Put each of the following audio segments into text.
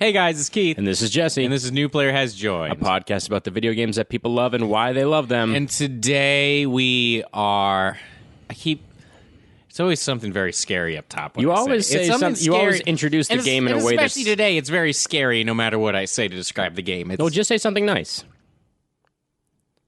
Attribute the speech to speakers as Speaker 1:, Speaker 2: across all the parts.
Speaker 1: Hey guys, it's Keith.
Speaker 2: And this is Jesse.
Speaker 1: And this is New Player Has Joy.
Speaker 2: a podcast about the video games that people love and why they love them.
Speaker 1: And today we are. I keep. It's always something very scary up top. when
Speaker 2: You
Speaker 1: I
Speaker 2: always say
Speaker 1: It's something
Speaker 2: something- you always
Speaker 1: scary.
Speaker 2: introduce the
Speaker 1: And it's-
Speaker 2: game in
Speaker 1: and
Speaker 2: a way that's-
Speaker 1: Especially today, it's very scary. No matter what I say to describe the game, it's
Speaker 2: well, just say something nice.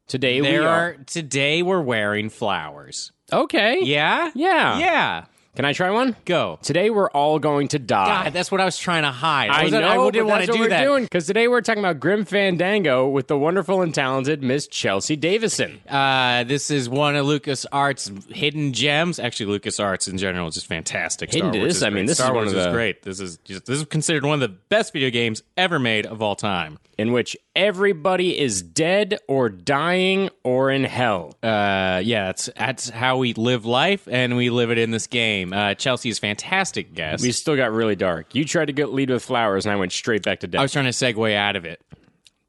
Speaker 2: Today we
Speaker 1: there
Speaker 2: are.
Speaker 1: are today we're wearing flowers.
Speaker 2: Okay.
Speaker 1: Yeah,
Speaker 2: Yeah.
Speaker 1: yeah.
Speaker 2: Can I try one?
Speaker 1: Go.
Speaker 2: Today we're all going to die.
Speaker 1: God, that's what I was trying to hide. I,
Speaker 2: Ah. I
Speaker 1: wasn't-
Speaker 2: know.
Speaker 1: I didn't want to do that.
Speaker 2: because today we're talking about Grim Fandango with the wonderful and talented Miss Chelsea Davison.
Speaker 1: Uh, this is one of Lucas Arts' hidden gems. Actually, Lucas Arts in general is just fantastic.
Speaker 2: Hidden
Speaker 1: Star
Speaker 2: to
Speaker 1: Wars
Speaker 2: this,
Speaker 1: is
Speaker 2: I mean,
Speaker 1: great.
Speaker 2: this is
Speaker 1: Star
Speaker 2: one
Speaker 1: Wars
Speaker 2: of the-
Speaker 1: great. This is just, this is considered one of the best video games ever made of all time.
Speaker 2: in which everybody is dead or dying or in hell.
Speaker 1: Uh, yeah, it's that's how we live life, and we live it in this game. Uh, Chelsea is fantastic guest.
Speaker 2: We still got really dark. You tried to get lead with flowers, and I went straight back to death.
Speaker 1: I was trying to segue out of it.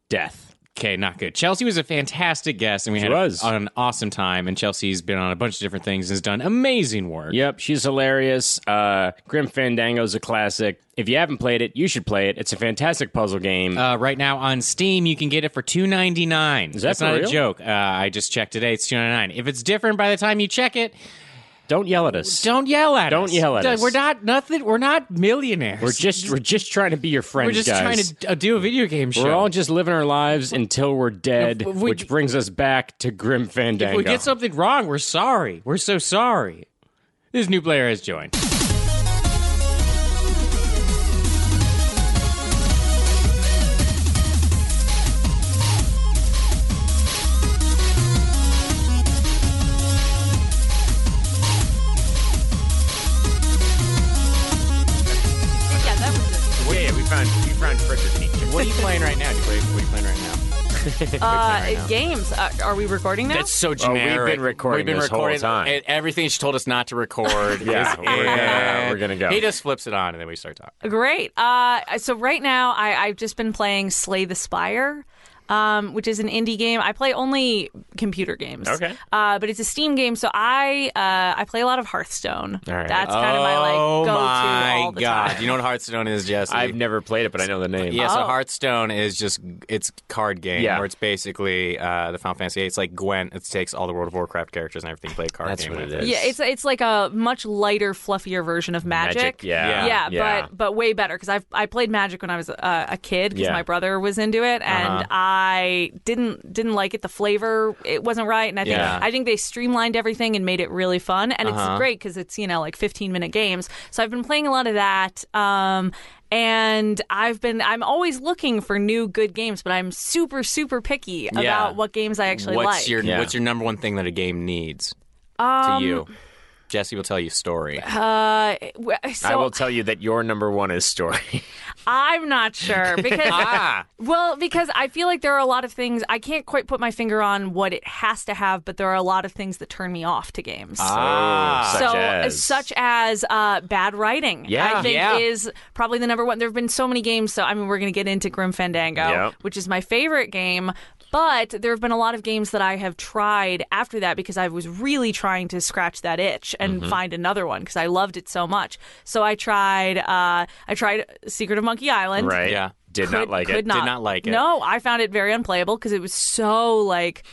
Speaker 2: death.
Speaker 1: Okay, not good. Chelsea was a fantastic guest, and we had
Speaker 2: was.
Speaker 1: A, an awesome time. And Chelsea's been on a bunch of different things and has done amazing work.
Speaker 2: Yep, she's hilarious. Uh, Grim Fandango's a classic. If you haven't played it, you should play it. It's a fantastic puzzle game.
Speaker 1: Uh, right now on Steam, you can get it for two ninety nine.
Speaker 2: that
Speaker 1: That's
Speaker 2: for
Speaker 1: not
Speaker 2: real?
Speaker 1: a joke. Uh, I just checked today; it's two ninety nine. If it's different by the time you check it,
Speaker 2: don't yell at us.
Speaker 1: don't yell at
Speaker 2: Don't
Speaker 1: us.
Speaker 2: yell at
Speaker 1: Duh,
Speaker 2: us.
Speaker 1: We're not nothing. We're not millionaires.
Speaker 2: we're just we're just trying to be your friends,
Speaker 1: We're just
Speaker 2: guys.
Speaker 1: trying to uh, do a video game show.
Speaker 2: we're all just living our lives until we're dead,
Speaker 1: If we-
Speaker 2: which brings us back to Grim Fandango.
Speaker 1: if we get something wrong, we're sorry. We're so sorry. This new player has joined.
Speaker 3: Yeah, that was
Speaker 2: Wait, Oh, we found we found Frederick What are you playing right now? What are you playing right now?
Speaker 3: it. Uh, games. Uh, are we recording now?
Speaker 4: That's so
Speaker 2: Oh,
Speaker 4: generic.
Speaker 2: we've been
Speaker 4: We've
Speaker 2: recording
Speaker 4: been
Speaker 2: this whole
Speaker 4: recording
Speaker 2: time.
Speaker 4: and everything she told us not to record.
Speaker 2: Yeah,
Speaker 4: is
Speaker 2: we're gonna-
Speaker 4: in.
Speaker 2: we're gonna go.
Speaker 4: He just flips it on, and then we start talking.
Speaker 3: Great. Uh, so right now, I, I've just been playing Slay the Spire. Um, which is an indie game. I play only computer games.
Speaker 4: Okay.
Speaker 3: Uh, but it's a Steam game, so I uh, I play a lot of Hearthstone.
Speaker 2: All right.
Speaker 3: That's kind of my like
Speaker 4: oh
Speaker 3: go to
Speaker 4: my
Speaker 3: all the
Speaker 4: god!
Speaker 3: time.
Speaker 4: You know what Hearthstone is, Jesse?
Speaker 2: I've never played it, but I know the name.
Speaker 4: yeah, so
Speaker 3: Oh.
Speaker 4: Hearthstone is just it's card game
Speaker 2: Yeah.
Speaker 4: where it's basically uh, the Final Fantasy. VIII. It's like Gwent. It takes all the World of Warcraft characters and everything. Play a card
Speaker 2: That's
Speaker 4: game
Speaker 2: what
Speaker 4: with
Speaker 2: it is.
Speaker 3: Yeah, it's it's like a much lighter, fluffier version of Magic.
Speaker 2: Yeah.
Speaker 3: yeah, but but way better because I I played Magic when I was uh, a kid because
Speaker 2: Yeah.
Speaker 3: my brother was into it and I didn't didn't like it. The flavor it wasn't right, and I think
Speaker 4: Yeah.
Speaker 3: I think they streamlined everything and made it really fun. And it's great because it's you know like 15 minute games. So I've been playing a lot of that. Um, and I've been I'm always looking for new good games, but I'm super super picky about what games I actually
Speaker 4: What's
Speaker 3: like.
Speaker 4: your
Speaker 2: Yeah.
Speaker 4: What's your number one thing that a game needs to you? Jesse will tell you story.
Speaker 3: uh,
Speaker 2: I
Speaker 3: so
Speaker 2: will tell you that your number one is story.
Speaker 3: I'm not sure because
Speaker 4: ah,
Speaker 3: Well, because I feel like there are a lot of things I can't quite put my finger on what it has to have, but there are a lot of things that turn me off to games.
Speaker 4: ah.
Speaker 2: Oh, such
Speaker 3: so, uh,
Speaker 2: as.
Speaker 3: such as uh, bad writing,
Speaker 2: Yeah.
Speaker 3: I think
Speaker 4: Yeah.
Speaker 3: is probably the number one. There have been so many games. So, I mean, we're going to get into Grim Fandango,
Speaker 2: Yep.
Speaker 3: which is my favorite game. But there have been a lot of games that I have tried after that because I was really trying to scratch that itch and
Speaker 2: Mm-hmm.
Speaker 3: find another one because I loved it so much. So I tried, uh, I tried Secret of Monkey Island,
Speaker 2: right?
Speaker 4: Yeah.
Speaker 2: Did not
Speaker 3: could-
Speaker 2: like
Speaker 3: could
Speaker 2: it.
Speaker 3: Not,
Speaker 4: Did not like it.
Speaker 3: No, I found it very unplayable because it was so like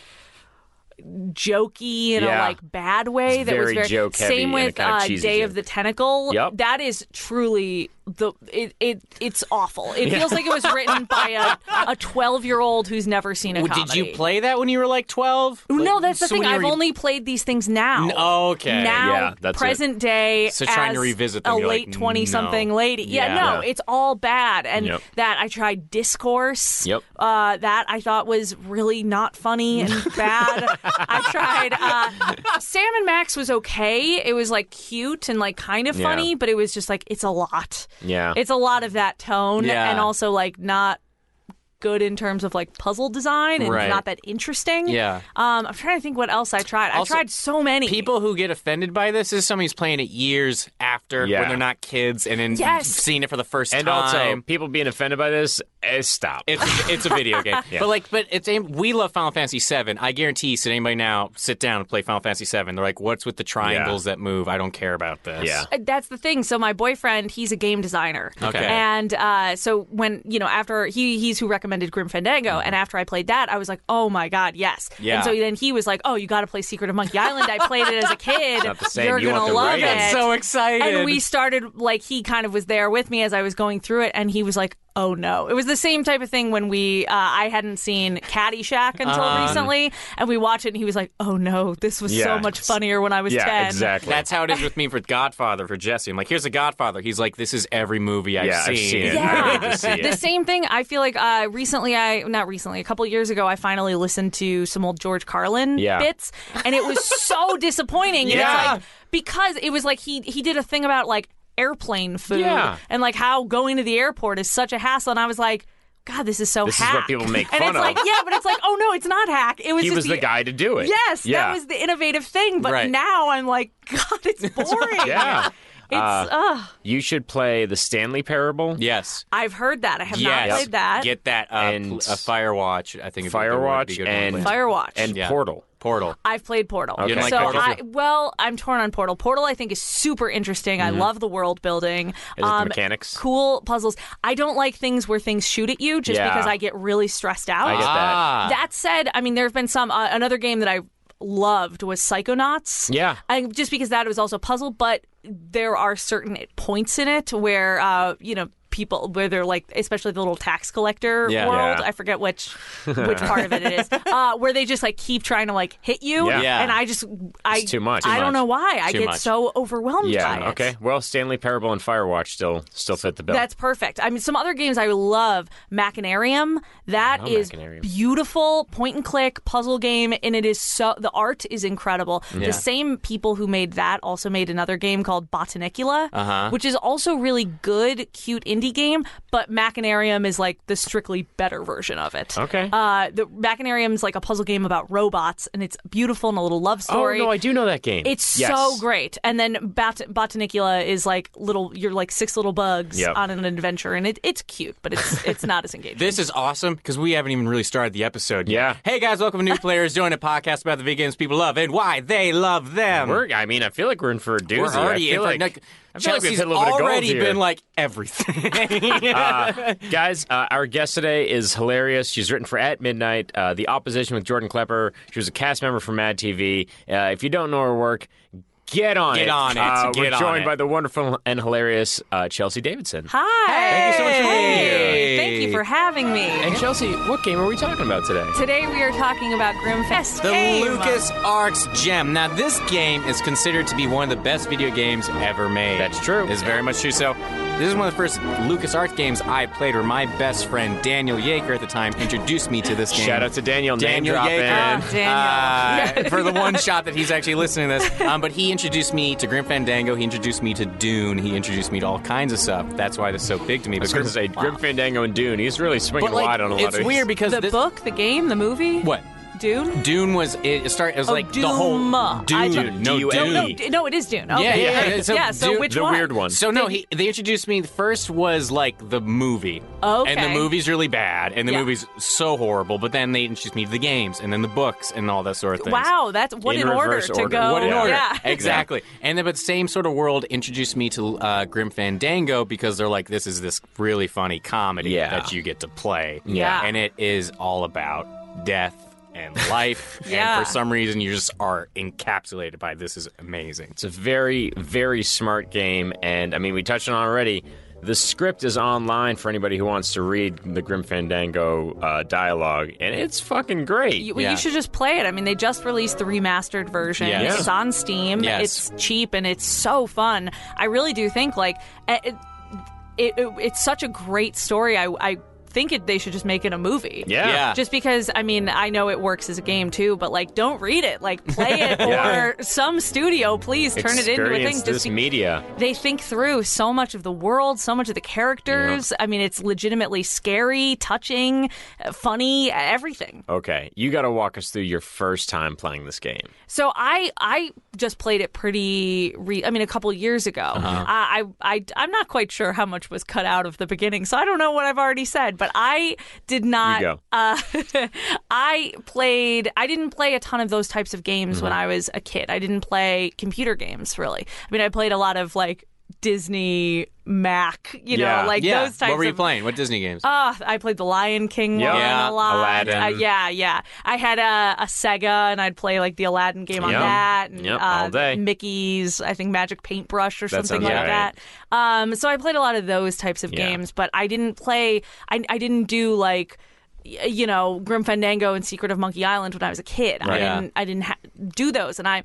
Speaker 3: jokey in
Speaker 2: Yeah.
Speaker 3: a like bad way
Speaker 2: It's
Speaker 3: that was
Speaker 2: very
Speaker 3: very
Speaker 2: joke-heavy
Speaker 3: same
Speaker 2: and it
Speaker 3: with
Speaker 2: kinda
Speaker 3: uh,
Speaker 2: cheeses
Speaker 3: Day
Speaker 2: you.
Speaker 3: of the Tentacle.
Speaker 2: Yep.
Speaker 3: That is truly the it, it it's awful. It feels like it was written by a a 12-year-old who's never seen a
Speaker 4: Well,
Speaker 3: comedy.
Speaker 4: Did you play that when you were like twelve?
Speaker 3: No,
Speaker 4: Like,
Speaker 3: that's the
Speaker 4: so
Speaker 3: thing.
Speaker 4: when you
Speaker 3: I've
Speaker 4: were-
Speaker 3: only played these things now.
Speaker 4: N- oh, okay.
Speaker 3: Now,
Speaker 2: Yeah, that's it.
Speaker 3: present day.
Speaker 4: So trying to
Speaker 3: as
Speaker 4: revisit them,
Speaker 3: a
Speaker 4: you're like,
Speaker 3: late twenty-something
Speaker 4: no.
Speaker 3: lady. Yeah,
Speaker 4: Yeah.
Speaker 3: no, it's all bad. And
Speaker 2: Yep.
Speaker 3: that I tried discourse.
Speaker 2: Yep.
Speaker 3: Uh, that I thought was really not funny and bad. I tried uh, Sam and Max was okay. It was like cute and like kind of
Speaker 2: Yeah.
Speaker 3: funny, but it was just like it's a lot.
Speaker 2: Yeah.
Speaker 3: It's a lot of that tone
Speaker 4: Yeah.
Speaker 3: and also like not good in terms of like puzzle design and
Speaker 4: Right.
Speaker 3: not that interesting.
Speaker 4: Yeah.
Speaker 3: Um, I'm trying to think what else I tried.
Speaker 4: Also,
Speaker 3: I tried so many.
Speaker 4: People who get offended by this is somebody who's playing it years after
Speaker 2: Yeah.
Speaker 4: when they're not kids and then
Speaker 3: Yes.
Speaker 4: seeing it for the first
Speaker 2: And
Speaker 4: time.
Speaker 2: also, people being offended by this, eh, stop.
Speaker 4: It's it's a video game, but like, but it's aimed- we love Final Fantasy VII. I guarantee, you, sit anybody now, sit down and play Final Fantasy VII. They're like, "What's with the triangles that move? I don't care about this."
Speaker 2: Yeah.
Speaker 3: Uh, That's the thing. So my boyfriend, he's a game designer.
Speaker 4: Okay.
Speaker 3: And uh, so when you know after he he's who recommended Grim Fandango, and after I played that, I was like, oh my god, yes.
Speaker 4: Yeah.
Speaker 3: And so then he was like, oh, you got to play Secret of Monkey Island. I played it as a kid.
Speaker 2: not the same.
Speaker 3: You're
Speaker 2: You want
Speaker 3: gonna
Speaker 2: the
Speaker 3: love
Speaker 2: right one.
Speaker 3: it.
Speaker 4: so excited.
Speaker 3: and we started like he kind of was there with me as I was going through it, and he was like, "Oh no!" It was the same type of thing when we uh, I hadn't seen Caddyshack until recently, and we watched it, and he was like, "Oh no, this was so
Speaker 2: Yeah.
Speaker 3: much funnier when I was
Speaker 2: yeah,
Speaker 3: 10.
Speaker 2: exactly.
Speaker 4: That's how it is with me for Godfather for Jesse. I'm like, here's a Godfather. He's like, this is every movie I've
Speaker 2: yeah,
Speaker 4: seen.
Speaker 2: I've seen it.
Speaker 3: Yeah.
Speaker 2: I need to see it.
Speaker 3: The same thing. I feel like uh, recently, I not recently, a couple years ago, I finally listened to some old George Carlin
Speaker 2: Yeah.
Speaker 3: bits, and it was so disappointing. And
Speaker 4: Yeah.
Speaker 3: it's like, because it was like he he did a thing about like airplane food
Speaker 2: Yeah.
Speaker 3: and like how going to the airport is such a hassle, and I was like. God, this is so
Speaker 2: This is
Speaker 3: hack.
Speaker 2: what people make
Speaker 3: and
Speaker 2: fun
Speaker 3: it's
Speaker 2: of.
Speaker 3: like, yeah, but it's like, oh no, it's not hack. It was
Speaker 2: he
Speaker 3: just
Speaker 2: was the, guy to do it.
Speaker 3: Yes,
Speaker 2: yeah.
Speaker 3: that was the innovative thing. But
Speaker 4: Right.
Speaker 3: now I'm like, God, it's boring.
Speaker 2: yeah. Uh,
Speaker 3: it's. uh, ugh.
Speaker 2: You should play the Stanley Parable.
Speaker 4: Yes.
Speaker 3: I've heard that. I have
Speaker 4: yes.
Speaker 3: not played that.
Speaker 4: Get that. Uh,
Speaker 2: And-
Speaker 4: pl- a Firewatch. I think. would be- would be a
Speaker 2: Firewatch
Speaker 4: good one to
Speaker 2: and
Speaker 4: play.
Speaker 3: Firewatch. Um,
Speaker 2: and
Speaker 4: Yeah.
Speaker 2: Portal.
Speaker 4: Portal.
Speaker 3: I've played Portal.
Speaker 4: didn't like
Speaker 3: so
Speaker 4: Portal?
Speaker 3: I, well, I'm torn on Portal. Portal, I think, is super interesting. I love the world building.
Speaker 2: Mm-hmm.
Speaker 3: Um,
Speaker 2: it the mechanics?
Speaker 3: Cool puzzles. I don't like things where things shoot at you just
Speaker 2: Yeah.
Speaker 3: because I get really stressed out.
Speaker 2: I get
Speaker 4: Ah.
Speaker 3: That said, I mean, there have been some. Uh, another game that I loved was Psychonauts.
Speaker 2: Yeah.
Speaker 3: I, just because that was also a puzzle, but there are certain points in it where, uh, you know, people where they're like, especially the little tax collector
Speaker 4: Yeah.
Speaker 3: world.
Speaker 2: Yeah.
Speaker 3: I forget which which part of it it is, uh, where they just like keep trying to like hit you,
Speaker 2: Yeah.
Speaker 4: Yeah.
Speaker 3: and I just I
Speaker 2: It's too much.
Speaker 3: I
Speaker 2: Too
Speaker 3: don't
Speaker 2: much.
Speaker 3: know why I
Speaker 4: Too
Speaker 3: get
Speaker 4: much.
Speaker 3: so overwhelmed by
Speaker 2: Yeah.
Speaker 3: it.
Speaker 2: Okay. Well, Stanley Parable and Firewatch still still fit the bill.
Speaker 3: That's perfect. I mean, some other games I love. Machinarium. That
Speaker 2: love
Speaker 3: is
Speaker 2: Machinarium.
Speaker 3: beautiful point and click puzzle game, and it is so the art is incredible. The same people who made that also made another game called Botanicula,
Speaker 2: Uh-huh.
Speaker 3: which is also really good, cute indie game. But Machinarium is like the strictly better version of it.
Speaker 2: Okay.
Speaker 3: Uh, the Machinarium is like a puzzle game about robots, and it's beautiful and a little love
Speaker 2: oh
Speaker 3: story.
Speaker 2: no, I do know that game.
Speaker 3: It's
Speaker 2: Yes.
Speaker 3: so great. And then Bat- Botanicula is like little, you're like six little bugs
Speaker 2: Yep.
Speaker 3: on an adventure, and it, it's cute, but it's it's not as engaging.
Speaker 4: This is awesome because we haven't even really started the episode yet.
Speaker 2: Yeah.
Speaker 4: Hey guys, welcome to New Players, doing a podcast about the video games people love and why they love them.
Speaker 2: We're, I mean, I feel like we're in for a doozy.
Speaker 4: We're already
Speaker 2: I feel
Speaker 4: in
Speaker 2: like,
Speaker 4: like,
Speaker 2: I feel like we've
Speaker 4: Chelsea's
Speaker 2: hit a little bit of gold
Speaker 4: already
Speaker 2: here.
Speaker 4: been like everything.
Speaker 2: Guys, uh, our guest today is hilarious. She's written for At Midnight, uh, The Opposition with Jordan Klepper. She was a cast member for Mad TV. Uh, if you don't know her work, get on
Speaker 4: Get
Speaker 2: it.
Speaker 4: on it.
Speaker 2: Uh,
Speaker 4: Get
Speaker 2: we're
Speaker 4: on
Speaker 2: joined
Speaker 4: it.
Speaker 2: by the wonderful and hilarious uh, Chelsea Davidson.
Speaker 3: Hi.
Speaker 4: Thank you so much for being
Speaker 3: Hey,
Speaker 4: here.
Speaker 3: Thank you for having me.
Speaker 2: And Chelsea, what game are we talking about today?
Speaker 3: Today we are talking about Grimfest.
Speaker 4: The
Speaker 3: game.
Speaker 4: Lucas Arts Gem. Now, this game is considered to be one of the best video games ever made.
Speaker 2: That's true.
Speaker 4: It's very much true. So, this is one of the first Lucas Arts games I played, where my best friend Daniel Yeager at the time introduced me to this game.
Speaker 2: Shout out to Daniel.
Speaker 4: Daniel
Speaker 2: name
Speaker 4: Yeager.
Speaker 2: dropping.
Speaker 3: Ah, Daniel.
Speaker 4: Uh, for the one shot that he's actually listening to this. Um, but he introduced me to Grim Fandango. He introduced me to Dune. He introduced me to all kinds of stuff. That's why this is so big to me.
Speaker 2: I was going to say, Grim Fandango and Dune. He's really swinging
Speaker 4: but like,
Speaker 2: wide on a lot
Speaker 4: it's
Speaker 2: of these.
Speaker 4: weird because
Speaker 3: The
Speaker 4: this-
Speaker 3: book, the game, the movie.
Speaker 4: What?
Speaker 3: Dune?
Speaker 4: Dune was it started. It was
Speaker 3: Oh,
Speaker 4: like the
Speaker 3: Doom.
Speaker 4: whole
Speaker 3: I
Speaker 4: Dune.
Speaker 3: thought-
Speaker 4: no,
Speaker 2: D-U-M-E.
Speaker 4: Dune.
Speaker 3: No, no, d- no, it is Dune. Okay.
Speaker 4: Yeah, yeah, yeah.
Speaker 3: yeah.
Speaker 4: So
Speaker 3: so
Speaker 4: Dune-
Speaker 3: which
Speaker 2: the
Speaker 3: one?
Speaker 2: weird one.
Speaker 4: So no, he, they introduced me. First was like the movie,
Speaker 3: Okay.
Speaker 4: and the movie's really bad, and the
Speaker 3: Yeah.
Speaker 4: movie's so horrible. But then they introduced me to the games, and then the books, and all that sort of thing.
Speaker 3: Wow, that's what
Speaker 2: In
Speaker 3: an order
Speaker 2: reverse
Speaker 3: to
Speaker 2: order.
Speaker 3: go.
Speaker 4: What an order.
Speaker 3: Oh, Yeah.
Speaker 4: Exactly. And then, but same sort of world introduced me to uh, Grim Fandango because they're like, this is this really funny comedy
Speaker 2: Yeah.
Speaker 4: that you get to play.
Speaker 3: Yeah.
Speaker 4: And it is all about death and life.
Speaker 3: Yeah.
Speaker 4: And for some reason, you just are encapsulated by this is amazing.
Speaker 2: It's a very, very smart game, and I mean, we touched on it already. The script is online for anybody who wants to read the Grim Fandango uh, dialogue, and it's fucking great.
Speaker 3: You, well,
Speaker 4: Yeah.
Speaker 3: you should just play it. I mean, they just released the remastered version.
Speaker 4: Yes. Yeah.
Speaker 3: It's on Steam.
Speaker 4: Yes.
Speaker 3: It's cheap and it's so fun. eh, I really do think like it, it, it, it's such a great story. I. I think it, they should just make it a movie.
Speaker 2: Yeah. Yeah.
Speaker 3: Just because, I mean, I know it works as a game too, but like, don't read it. Like, play it
Speaker 2: Yeah.
Speaker 3: or some studio, please turn it into a thing.
Speaker 2: Experience
Speaker 3: Just
Speaker 2: this
Speaker 3: be-
Speaker 2: media.
Speaker 3: they think through so much of the world, so much of the characters. I mean, it's legitimately scary, touching, uh, funny, everything.
Speaker 2: Okay, you got to walk us through your first time playing this game.
Speaker 3: So I I just played it pretty. Re- I mean, a couple years ago.
Speaker 2: Uh-huh.
Speaker 3: Uh, I, I I I'm not quite sure how much was cut out of the beginning, so I don't know what I've already said. But I did not.
Speaker 2: go.
Speaker 3: Uh, I played. I didn't play a ton of those types of games
Speaker 2: Mm-hmm.
Speaker 3: when I was a kid. I didn't play computer games really. I mean, I played a lot of like Disney Mac. You
Speaker 2: Yeah.
Speaker 3: know, like
Speaker 4: yeah.
Speaker 3: those types.
Speaker 4: what were you
Speaker 3: of,
Speaker 4: playing? What Disney games?
Speaker 3: Oh, I played the Lion King
Speaker 2: Yeah.
Speaker 3: one
Speaker 4: Yeah,
Speaker 3: a lot.
Speaker 2: Aladdin.
Speaker 3: Uh, yeah, yeah. I had a, a Sega, and I'd play like the Aladdin game on
Speaker 2: Yep.
Speaker 3: that. And,
Speaker 2: Yep,
Speaker 3: uh,
Speaker 2: all day.
Speaker 3: Mickey's, I think Magic Paintbrush or
Speaker 2: That
Speaker 3: something
Speaker 2: sounds
Speaker 3: like
Speaker 2: right.
Speaker 3: that. Um, so I played a lot of those types of
Speaker 2: Yeah.
Speaker 3: games, but I didn't play. I, I didn't do like. y- You know, Grim Fandango and Secret of Monkey Island when I was a kid. I
Speaker 4: Right. Yeah.
Speaker 3: didn't, I didn't ha- do those, and I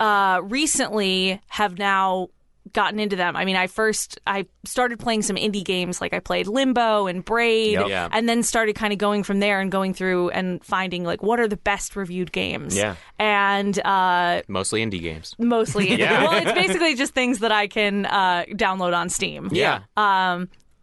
Speaker 3: uh, recently have now gotten into them. I mean, I first I started playing some indie games like I played Limbo and Braid
Speaker 2: Yep.
Speaker 4: Yeah.
Speaker 3: and then started kind of going from there and going through and finding like what are the best reviewed games.
Speaker 2: Yeah.
Speaker 3: And uh
Speaker 4: Mostly indie games.
Speaker 3: mostly
Speaker 2: Yeah.
Speaker 3: well it's basically just things that I can uh download on Steam.
Speaker 4: Yeah.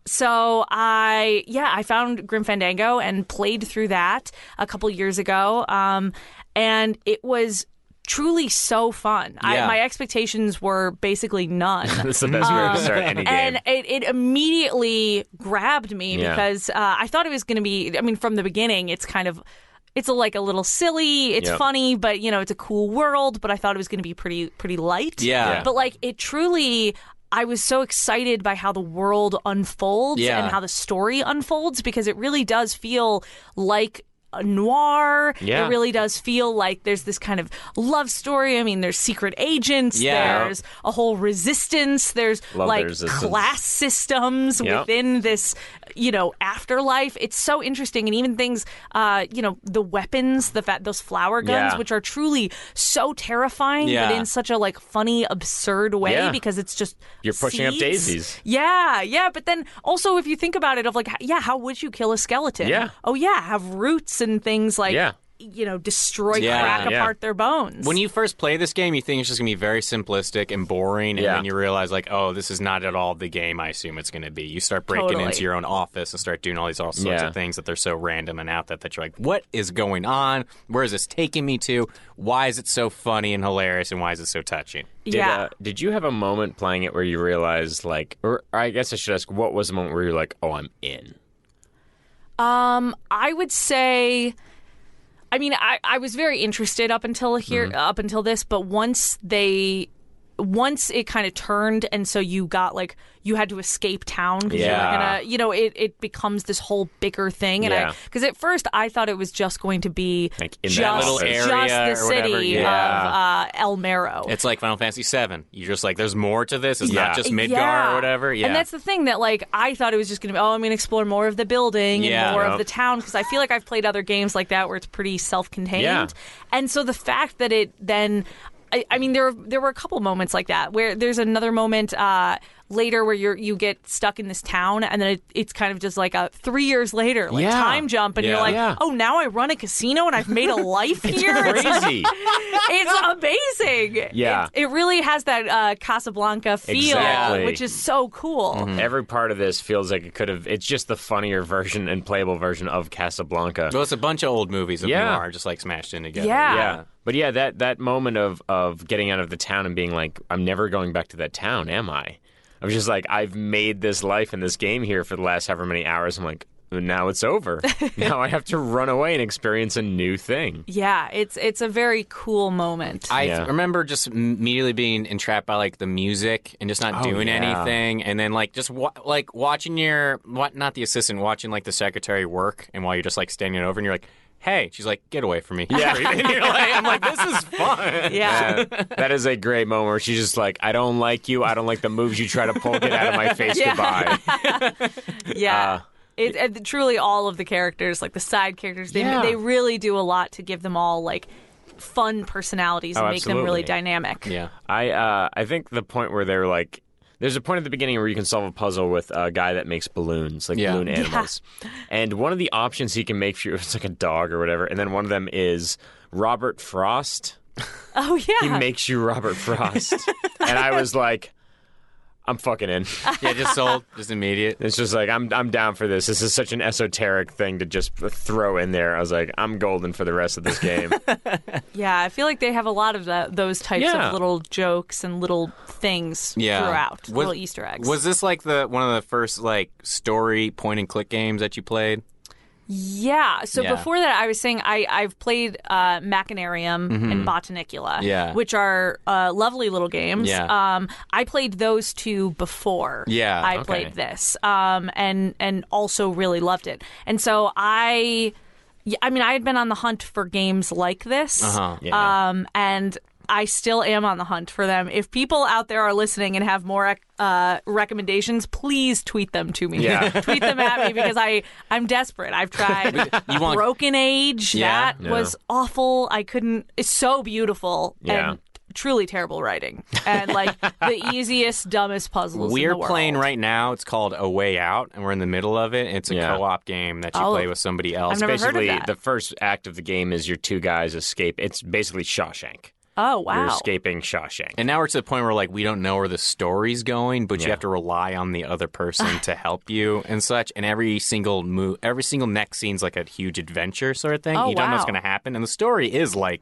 Speaker 3: So I yeah, I found Grim Fandango and played through that a couple years ago. Um and it was truly so fun. I,
Speaker 4: Yeah.
Speaker 3: my expectations were basically none.
Speaker 2: That's the best way to start any game.
Speaker 3: Um, and it, it immediately grabbed me
Speaker 2: Yeah.
Speaker 3: because uh, I thought it was going to be. I mean, from the beginning, it's kind of. It's a, like a little silly. It's
Speaker 2: Yep.
Speaker 3: funny, but you know, it's a cool world. But I thought it was going to be pretty, pretty light.
Speaker 4: Yeah. Yeah.
Speaker 3: But like, it truly, I was so excited by how the world unfolds
Speaker 4: Yeah.
Speaker 3: and how the story unfolds because it really does feel like a noir.
Speaker 2: Yeah.
Speaker 3: It really does feel like there's this kind of love story. I mean, there's secret agents.
Speaker 4: Yeah.
Speaker 3: There's a whole resistance. There's
Speaker 2: Love
Speaker 3: like
Speaker 2: their existence.
Speaker 3: class systems
Speaker 2: Yep.
Speaker 3: within this, you know, afterlife. It's so interesting, and even things, uh, you know, the weapons, the fat, those flower guns,
Speaker 2: Yeah.
Speaker 3: which are truly so terrifying,
Speaker 4: Yeah.
Speaker 3: but in such a like funny, absurd way
Speaker 2: Yeah.
Speaker 3: because it's just
Speaker 2: You're pushing up
Speaker 3: seeds.
Speaker 2: daisies.
Speaker 3: Yeah, yeah, but then also if you think about it, of like, h- yeah, how would you kill a skeleton?
Speaker 2: Yeah.
Speaker 3: oh yeah, have roots and things like.
Speaker 2: Yeah.
Speaker 3: You know, destroy,
Speaker 4: Yeah.
Speaker 3: crack
Speaker 2: Yeah.
Speaker 3: apart their bones.
Speaker 4: When you first play this game, you think it's just gonna be very simplistic and boring, and
Speaker 2: Yeah.
Speaker 4: then you realize like, oh, this is not at all the game I assume it's gonna be. You start breaking
Speaker 3: Totally.
Speaker 4: into your own office and start doing all these all sorts
Speaker 2: Yeah.
Speaker 4: of things that they're so random and out that that you're like, what is going on? Where is this taking me to? Why is it so funny and hilarious, and why is it so touching?
Speaker 2: Did,
Speaker 3: yeah,
Speaker 2: uh, did you have a moment playing it where you realized, like, or I guess I should ask, what was the moment where you're like, oh, I'm in?
Speaker 3: I would say I mean I, I was very interested up until here
Speaker 2: Mm-hmm.
Speaker 3: up until this, but once they once it kind of turned and so you got like you had to escape town because
Speaker 2: Yeah.
Speaker 3: you were gonna you know it, it becomes this whole bigger thing and
Speaker 2: Yeah.
Speaker 3: i because at first i thought it was just going to be
Speaker 2: Like, in that
Speaker 3: just,
Speaker 2: little
Speaker 3: just
Speaker 4: area
Speaker 3: the
Speaker 4: or whatever,
Speaker 3: city
Speaker 2: yeah.
Speaker 3: of uh, el mero
Speaker 4: It's like Final Fantasy VII. You're just like, there's more to this. It's
Speaker 2: Yeah.
Speaker 4: not just Midgar
Speaker 3: Yeah.
Speaker 4: or whatever. Yeah,
Speaker 3: And that's the thing that like I thought it was just going to be oh I'm going to explore more of the building
Speaker 4: Yeah.
Speaker 3: and more
Speaker 2: Yep.
Speaker 3: of the town because I feel like I've played other games like that where it's pretty self-contained.
Speaker 2: Yeah.
Speaker 3: And so the fact that it then I, I mean there there were a couple moments like that where there's another moment uh later where you're you get stuck in this town and then it, it's kind of just like a 3 years later like
Speaker 2: Yeah.
Speaker 3: time jump and
Speaker 4: Yeah.
Speaker 3: you're like
Speaker 2: Yeah.
Speaker 3: oh now I run a casino and I've made a life here. It's like-
Speaker 2: Crazy.
Speaker 3: it's amazing.
Speaker 2: Yeah.
Speaker 3: It, it really has that uh, Casablanca feel,
Speaker 2: Exactly. Mm-hmm.
Speaker 3: which is so cool.
Speaker 2: Every part of this feels like it could have, it's just the funnier version and playable version of Casablanca.
Speaker 4: well, it's a bunch of old movies of
Speaker 2: Yeah.
Speaker 4: noir just like smashed in together.
Speaker 3: Yeah.
Speaker 2: yeah. But yeah, that, that moment of, of getting out of the town and being like, I'm never going back to that town, am I? I was just like, I've made this life in this game here for the last however many hours. I'm like, now it's over. now I have to run away and experience a new thing.
Speaker 3: Yeah, it's it's a very cool moment.
Speaker 4: I
Speaker 2: Yeah.
Speaker 4: remember just immediately being entrapped by like the music and just not
Speaker 2: Oh,
Speaker 4: doing
Speaker 2: yeah.
Speaker 4: anything, and then like just wa- like watching your what not the assistant watching like the secretary work, and while you're just like standing over, and you're like, "Hey," she's like, "Get away from me!" Yeah, and you're like, I'm like, "This is fun."
Speaker 3: yeah.
Speaker 2: Yeah, that is a great moment where she's just like, I don't like you. I don't like the moves you try to pull. Get out of my face.
Speaker 3: Yeah.
Speaker 2: Goodbye. uh,
Speaker 3: Yeah. it, it- truly all of the characters, like the side characters, they
Speaker 2: Yeah.
Speaker 3: they really do a lot to give them all like fun personalities
Speaker 2: Oh,
Speaker 3: and make them really
Speaker 2: absolutely.
Speaker 3: dynamic.
Speaker 4: yeah.
Speaker 2: I uh, I think the point where they're like, There's a point at the beginning where you can solve a puzzle with a guy that makes balloons, like
Speaker 4: Yeah.
Speaker 2: balloon
Speaker 4: Yeah.
Speaker 2: animals. And one of the options he can make for you it's like a dog or whatever, and then one of them is Robert Frost.
Speaker 3: Oh yeah.
Speaker 2: He makes you Robert Frost. and I was like, I'm fucking in.
Speaker 4: Yeah, just sold, just immediate.
Speaker 2: It's just like I'm I'm down for this. This is such an esoteric thing to just throw in there. I was like, I'm golden for the rest of this game.
Speaker 3: yeah, I feel like they have a lot of that, those types
Speaker 2: Yeah.
Speaker 3: of little jokes and little things
Speaker 4: Yeah.
Speaker 3: throughout,
Speaker 4: Was-
Speaker 3: little Easter eggs.
Speaker 4: Was this like the one of the first like story point and click games that you played?
Speaker 3: Yeah. So
Speaker 4: Yeah.
Speaker 3: before that, I was saying I, I've played uh, Machinarium and Botanicula,
Speaker 4: Mm-hmm. Yeah.
Speaker 3: which are uh, lovely little games.
Speaker 4: Yeah.
Speaker 3: Um, I played those two before
Speaker 4: Yeah,
Speaker 3: I
Speaker 4: okay.
Speaker 3: played this um, and, and also really loved it. And so I. yeah, I mean, I had been on the hunt for games like this,
Speaker 4: Uh-huh.
Speaker 2: Yeah.
Speaker 3: um, and I still am on the hunt for them. If people out there are listening and have more uh, recommendations, please tweet them to me.
Speaker 2: Yeah.
Speaker 3: tweet them at me because I I'm desperate. I've tried
Speaker 4: You want-
Speaker 3: Broken Age.
Speaker 4: Yeah.
Speaker 3: that was awful. I couldn't. It's so beautiful
Speaker 2: Yeah.
Speaker 3: and truly terrible writing and like the easiest dumbest puzzles. in
Speaker 4: We're
Speaker 3: the world.
Speaker 4: playing right now. It's called A Way Out, and we're in the middle of it. And it's a
Speaker 2: Yeah.
Speaker 4: co-op game that you
Speaker 3: Oh.
Speaker 4: play with somebody else.
Speaker 3: I've never heard of
Speaker 2: basically
Speaker 3: that.
Speaker 2: the first act of the game is your two guys escape. It's basically Shawshank.
Speaker 3: Oh
Speaker 2: You're
Speaker 3: wow.
Speaker 2: escaping Shawshank.
Speaker 4: And now we're to the point where like we don't know where the story's going, but you have to rely on the other person to help you and such. And every single move, every single next scene's like a huge adventure sort of thing.
Speaker 3: Oh,
Speaker 4: you don't know what's
Speaker 3: wow.
Speaker 4: going to happen, and the story is like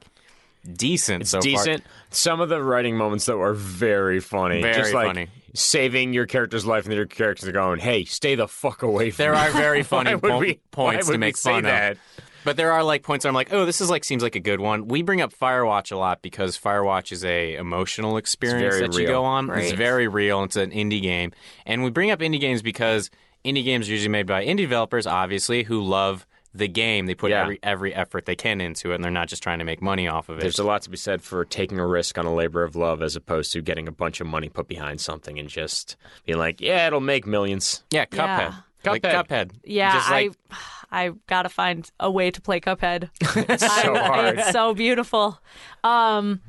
Speaker 4: decent so far.
Speaker 2: decent. Some of the writing moments though are very funny.
Speaker 4: Very
Speaker 2: Just like
Speaker 4: funny.
Speaker 2: saving your character's life and your characters are going, "Hey, stay the fuck away from
Speaker 4: There
Speaker 2: me."
Speaker 4: are very funny
Speaker 2: would
Speaker 4: po-
Speaker 2: we- why
Speaker 4: points
Speaker 2: would
Speaker 4: to
Speaker 2: we
Speaker 4: make
Speaker 2: say
Speaker 4: fun
Speaker 2: that?
Speaker 4: of. But there are like points where I'm like, oh, this is like seems like a good one. We bring up Firewatch a lot because Firewatch is a emotional experience
Speaker 2: very
Speaker 4: that you
Speaker 2: real.
Speaker 4: go on. It's
Speaker 3: Right.
Speaker 4: very real. It's an indie game, and we bring up indie games because indie games are usually made by indie developers, obviously, who love the game. They put
Speaker 2: Yeah.
Speaker 4: every every effort they can into it, and they're not just trying to make money off of it.
Speaker 2: There's a lot to be said for taking a risk on a labor of love as opposed to getting a bunch of money put behind something and just being like, "Yeah, it'll make millions.
Speaker 4: yeah, Cuphead.
Speaker 2: Yeah.
Speaker 4: Like
Speaker 2: Cuphead.
Speaker 4: Cuphead.
Speaker 3: Yeah,
Speaker 4: Just like,
Speaker 3: I I gotta find a way to play Cuphead.
Speaker 2: It's so hard.
Speaker 3: It's so beautiful. Um,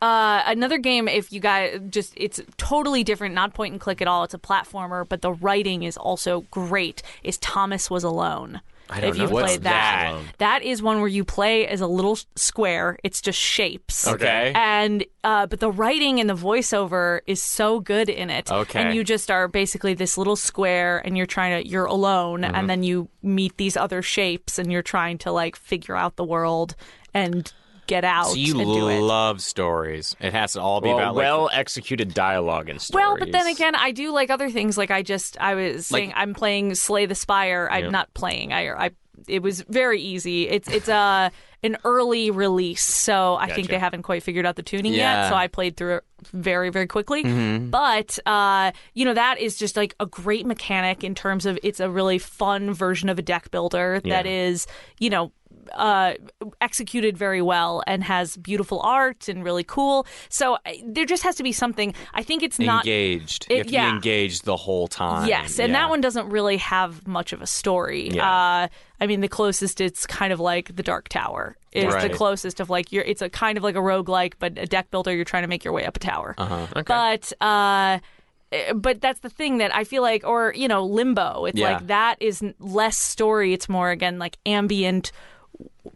Speaker 3: uh, another game, if you guys just, it's totally different, not point and click at all. It's a platformer, but the writing is also great. Is Thomas Was Alone?
Speaker 2: I don't
Speaker 3: if
Speaker 2: know
Speaker 3: you've
Speaker 2: what's
Speaker 3: played
Speaker 2: that.
Speaker 3: that, that is one where you play as a little s- square. It's just shapes.
Speaker 4: okay.
Speaker 3: And uh, but the writing and the voiceover is so good in it.
Speaker 4: Okay.
Speaker 3: And you just are basically this little square, and you're trying to you're alone,
Speaker 4: Mm-hmm.
Speaker 3: and then you meet these other shapes, and you're trying to like figure out the world and get out
Speaker 4: So you
Speaker 3: and do it.
Speaker 4: love stories. It has to all be
Speaker 2: Well,
Speaker 4: about like,
Speaker 2: well executed dialogue and stories.
Speaker 3: well, but then again, I do like other things. Like I just, I was saying, I'm playing Slay the Spire. I'm not playing. I, I, it was very easy. It's, it's a an early release, so I think
Speaker 2: Gotcha.
Speaker 3: they haven't quite figured out the tuning yet.
Speaker 4: Yeah.
Speaker 3: So I played through it very, very quickly. But uh, you know, that is just like a great mechanic in terms of it's a really fun version of a deck builder that is, you know. Uh, executed very well and has beautiful art and really cool. So uh, there just has to be something. I think it's not
Speaker 4: engaged.
Speaker 3: It-
Speaker 4: you have to
Speaker 3: yeah.
Speaker 4: be engaged the whole time.
Speaker 3: Yes, and
Speaker 4: Yeah.
Speaker 3: that one doesn't really have much of a story.
Speaker 2: Yeah.
Speaker 3: Uh, I mean, the closest it's kind of like the Dark Tower is
Speaker 4: Right.
Speaker 3: the closest of like you're. It's a kind of like a roguelike, but a deck builder. You're trying to make your way up a tower. Uh-huh. But uh, eh, but that's the thing that I feel like, or you know, Limbo. It's
Speaker 4: Yeah.
Speaker 3: like that is n- less story. It's more again like ambient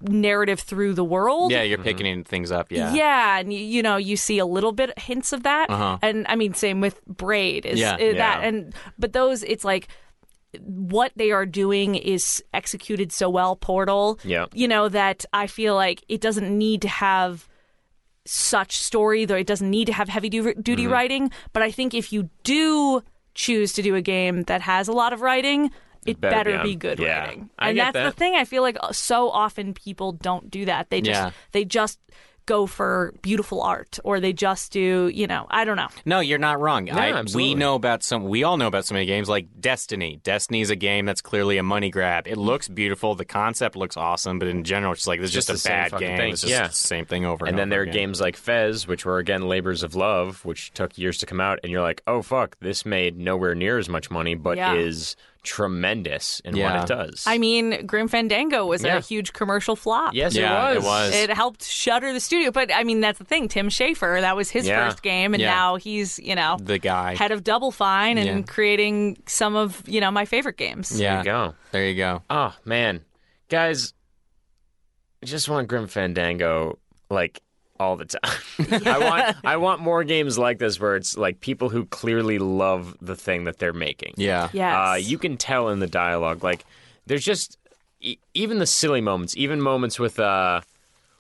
Speaker 3: narrative through the world.
Speaker 4: Yeah, you're picking
Speaker 2: Mm-hmm.
Speaker 4: in things up. Yeah.
Speaker 3: Yeah. and you, you know you see a little bit hints of that, and I mean same with braid is
Speaker 4: Yeah.
Speaker 3: uh, that
Speaker 2: Uh-huh. Yeah.
Speaker 3: and but those it's like what they are doing is executed so well portal
Speaker 2: Yeah.
Speaker 3: you know that i feel like it doesn't need to have such story though it doesn't need to have heavy du- duty
Speaker 2: Mm-hmm.
Speaker 3: writing but i think if you do choose to do a game that has a lot of writing it
Speaker 2: better
Speaker 3: better,
Speaker 2: be on-
Speaker 3: be good
Speaker 2: yeah.
Speaker 3: writing
Speaker 2: I
Speaker 3: and
Speaker 2: get
Speaker 3: that's the
Speaker 2: that.
Speaker 3: thing i feel like uh, so often people don't do that they just
Speaker 4: Yeah.
Speaker 3: they just go for beautiful art or they just do you know i don't know
Speaker 4: No, you're not wrong. I, we
Speaker 2: absolutely.
Speaker 4: know about some. We all know about so many games like Destiny. Destiny is a game that's clearly a money grab. It looks beautiful. The concept looks awesome, but in general, it's just like there's just,
Speaker 2: Just the
Speaker 4: a
Speaker 2: same
Speaker 4: bad
Speaker 2: fucking
Speaker 4: game.
Speaker 2: thing.
Speaker 4: It's just
Speaker 2: Yeah.
Speaker 4: the same thing over.
Speaker 2: And then
Speaker 4: over
Speaker 2: there are
Speaker 4: again.
Speaker 2: games like Fez, which were again labors of love, which took years to come out, and you're like, oh fuck, this made nowhere near as much money, but
Speaker 3: Yeah.
Speaker 2: is tremendous in what
Speaker 4: Yeah.
Speaker 2: it does.
Speaker 3: I mean, Grim Fandango was
Speaker 2: Yeah.
Speaker 3: a huge commercial flop.
Speaker 2: yes,
Speaker 4: Yeah,
Speaker 2: it
Speaker 4: it
Speaker 2: was.
Speaker 4: was.
Speaker 3: It helped shutter the studio, but I mean that's the thing. Tim Schafer, that was his
Speaker 2: Yeah.
Speaker 3: first game, and
Speaker 4: Yeah.
Speaker 3: now he's you know
Speaker 4: the guy.
Speaker 3: head of Double Fine and
Speaker 4: Yeah.
Speaker 3: creating some of you know my favorite games.
Speaker 2: There
Speaker 4: yeah,
Speaker 2: you go.
Speaker 4: there you go.
Speaker 2: Oh man, guys, I just want Grim Fandango like all the time. I want I want more games like this where it's like people who clearly love the thing that they're making.
Speaker 4: Yeah,
Speaker 3: Yes.
Speaker 2: Uh, you can tell in the dialogue, like there's just e- even the silly moments, even moments with uh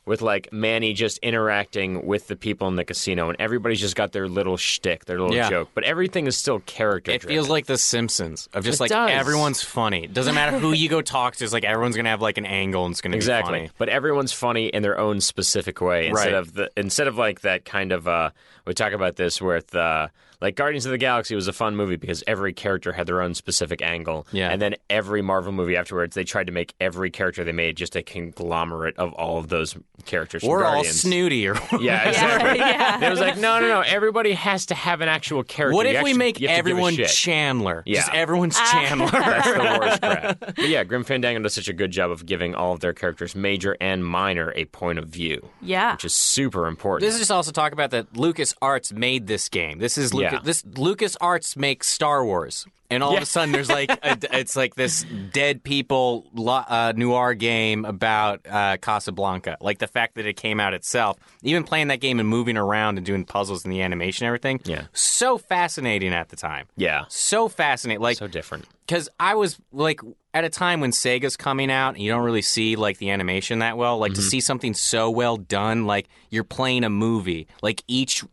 Speaker 2: with like Manny just interacting with the people in the casino, and everybody's just got their little shtick, their little
Speaker 4: Yeah.
Speaker 2: joke, but everything is still character.
Speaker 4: It feels like The Simpsons of just
Speaker 2: It
Speaker 4: like
Speaker 2: does.
Speaker 4: everyone's funny. It doesn't matter who you go talk to. It's like everyone's gonna have like an angle and it's gonna
Speaker 2: Exactly.
Speaker 4: be funny.
Speaker 2: But everyone's funny in their own specific way instead
Speaker 4: Right.
Speaker 2: of the instead of like that kind of uh we talk about this with uh like Guardians of the Galaxy was a fun movie because every character had their own specific angle.
Speaker 4: Yeah.
Speaker 2: And then every Marvel movie afterwards they tried to make every character they made just a conglomerate of all of those characters. from
Speaker 4: We're all
Speaker 2: Guardians.
Speaker 4: snooty or
Speaker 2: Yeah,
Speaker 3: yeah,
Speaker 2: exactly.
Speaker 3: yeah.
Speaker 2: It was like, no, no, no. Everybody has to have an actual character.
Speaker 4: What
Speaker 2: You
Speaker 4: if we
Speaker 2: actually-
Speaker 4: make
Speaker 2: you have to give a
Speaker 4: everyone
Speaker 2: shit.
Speaker 4: Chandler?
Speaker 2: Yeah.
Speaker 4: Just everyone's Chandler.
Speaker 2: Uh, That's the worst crap. But yeah, Grim Fandango does such a good job of giving all of their characters, major and minor, a point of view,
Speaker 3: yeah.
Speaker 2: which is super important.
Speaker 4: This is just also talk about that Lucas Arts made this game. This is Lucas,
Speaker 2: Yeah.
Speaker 4: this Lucas Arts makes Star Wars, and all
Speaker 2: Yeah.
Speaker 4: of a sudden there's like a, it's like this dead people lo- uh, noir game about uh, Casablanca. Like the fact that it came out itself, even playing that game and moving around and doing puzzles and the animation, and everything.
Speaker 2: Yeah.
Speaker 4: so fascinating at the time.
Speaker 2: yeah,
Speaker 4: So fascinating. Like
Speaker 2: so different.
Speaker 4: because I was like at a time when Sega's coming out and you don't really see like the animation that well. Like
Speaker 2: Mm-hmm.
Speaker 4: to see something so well done, like you're playing a movie. Like each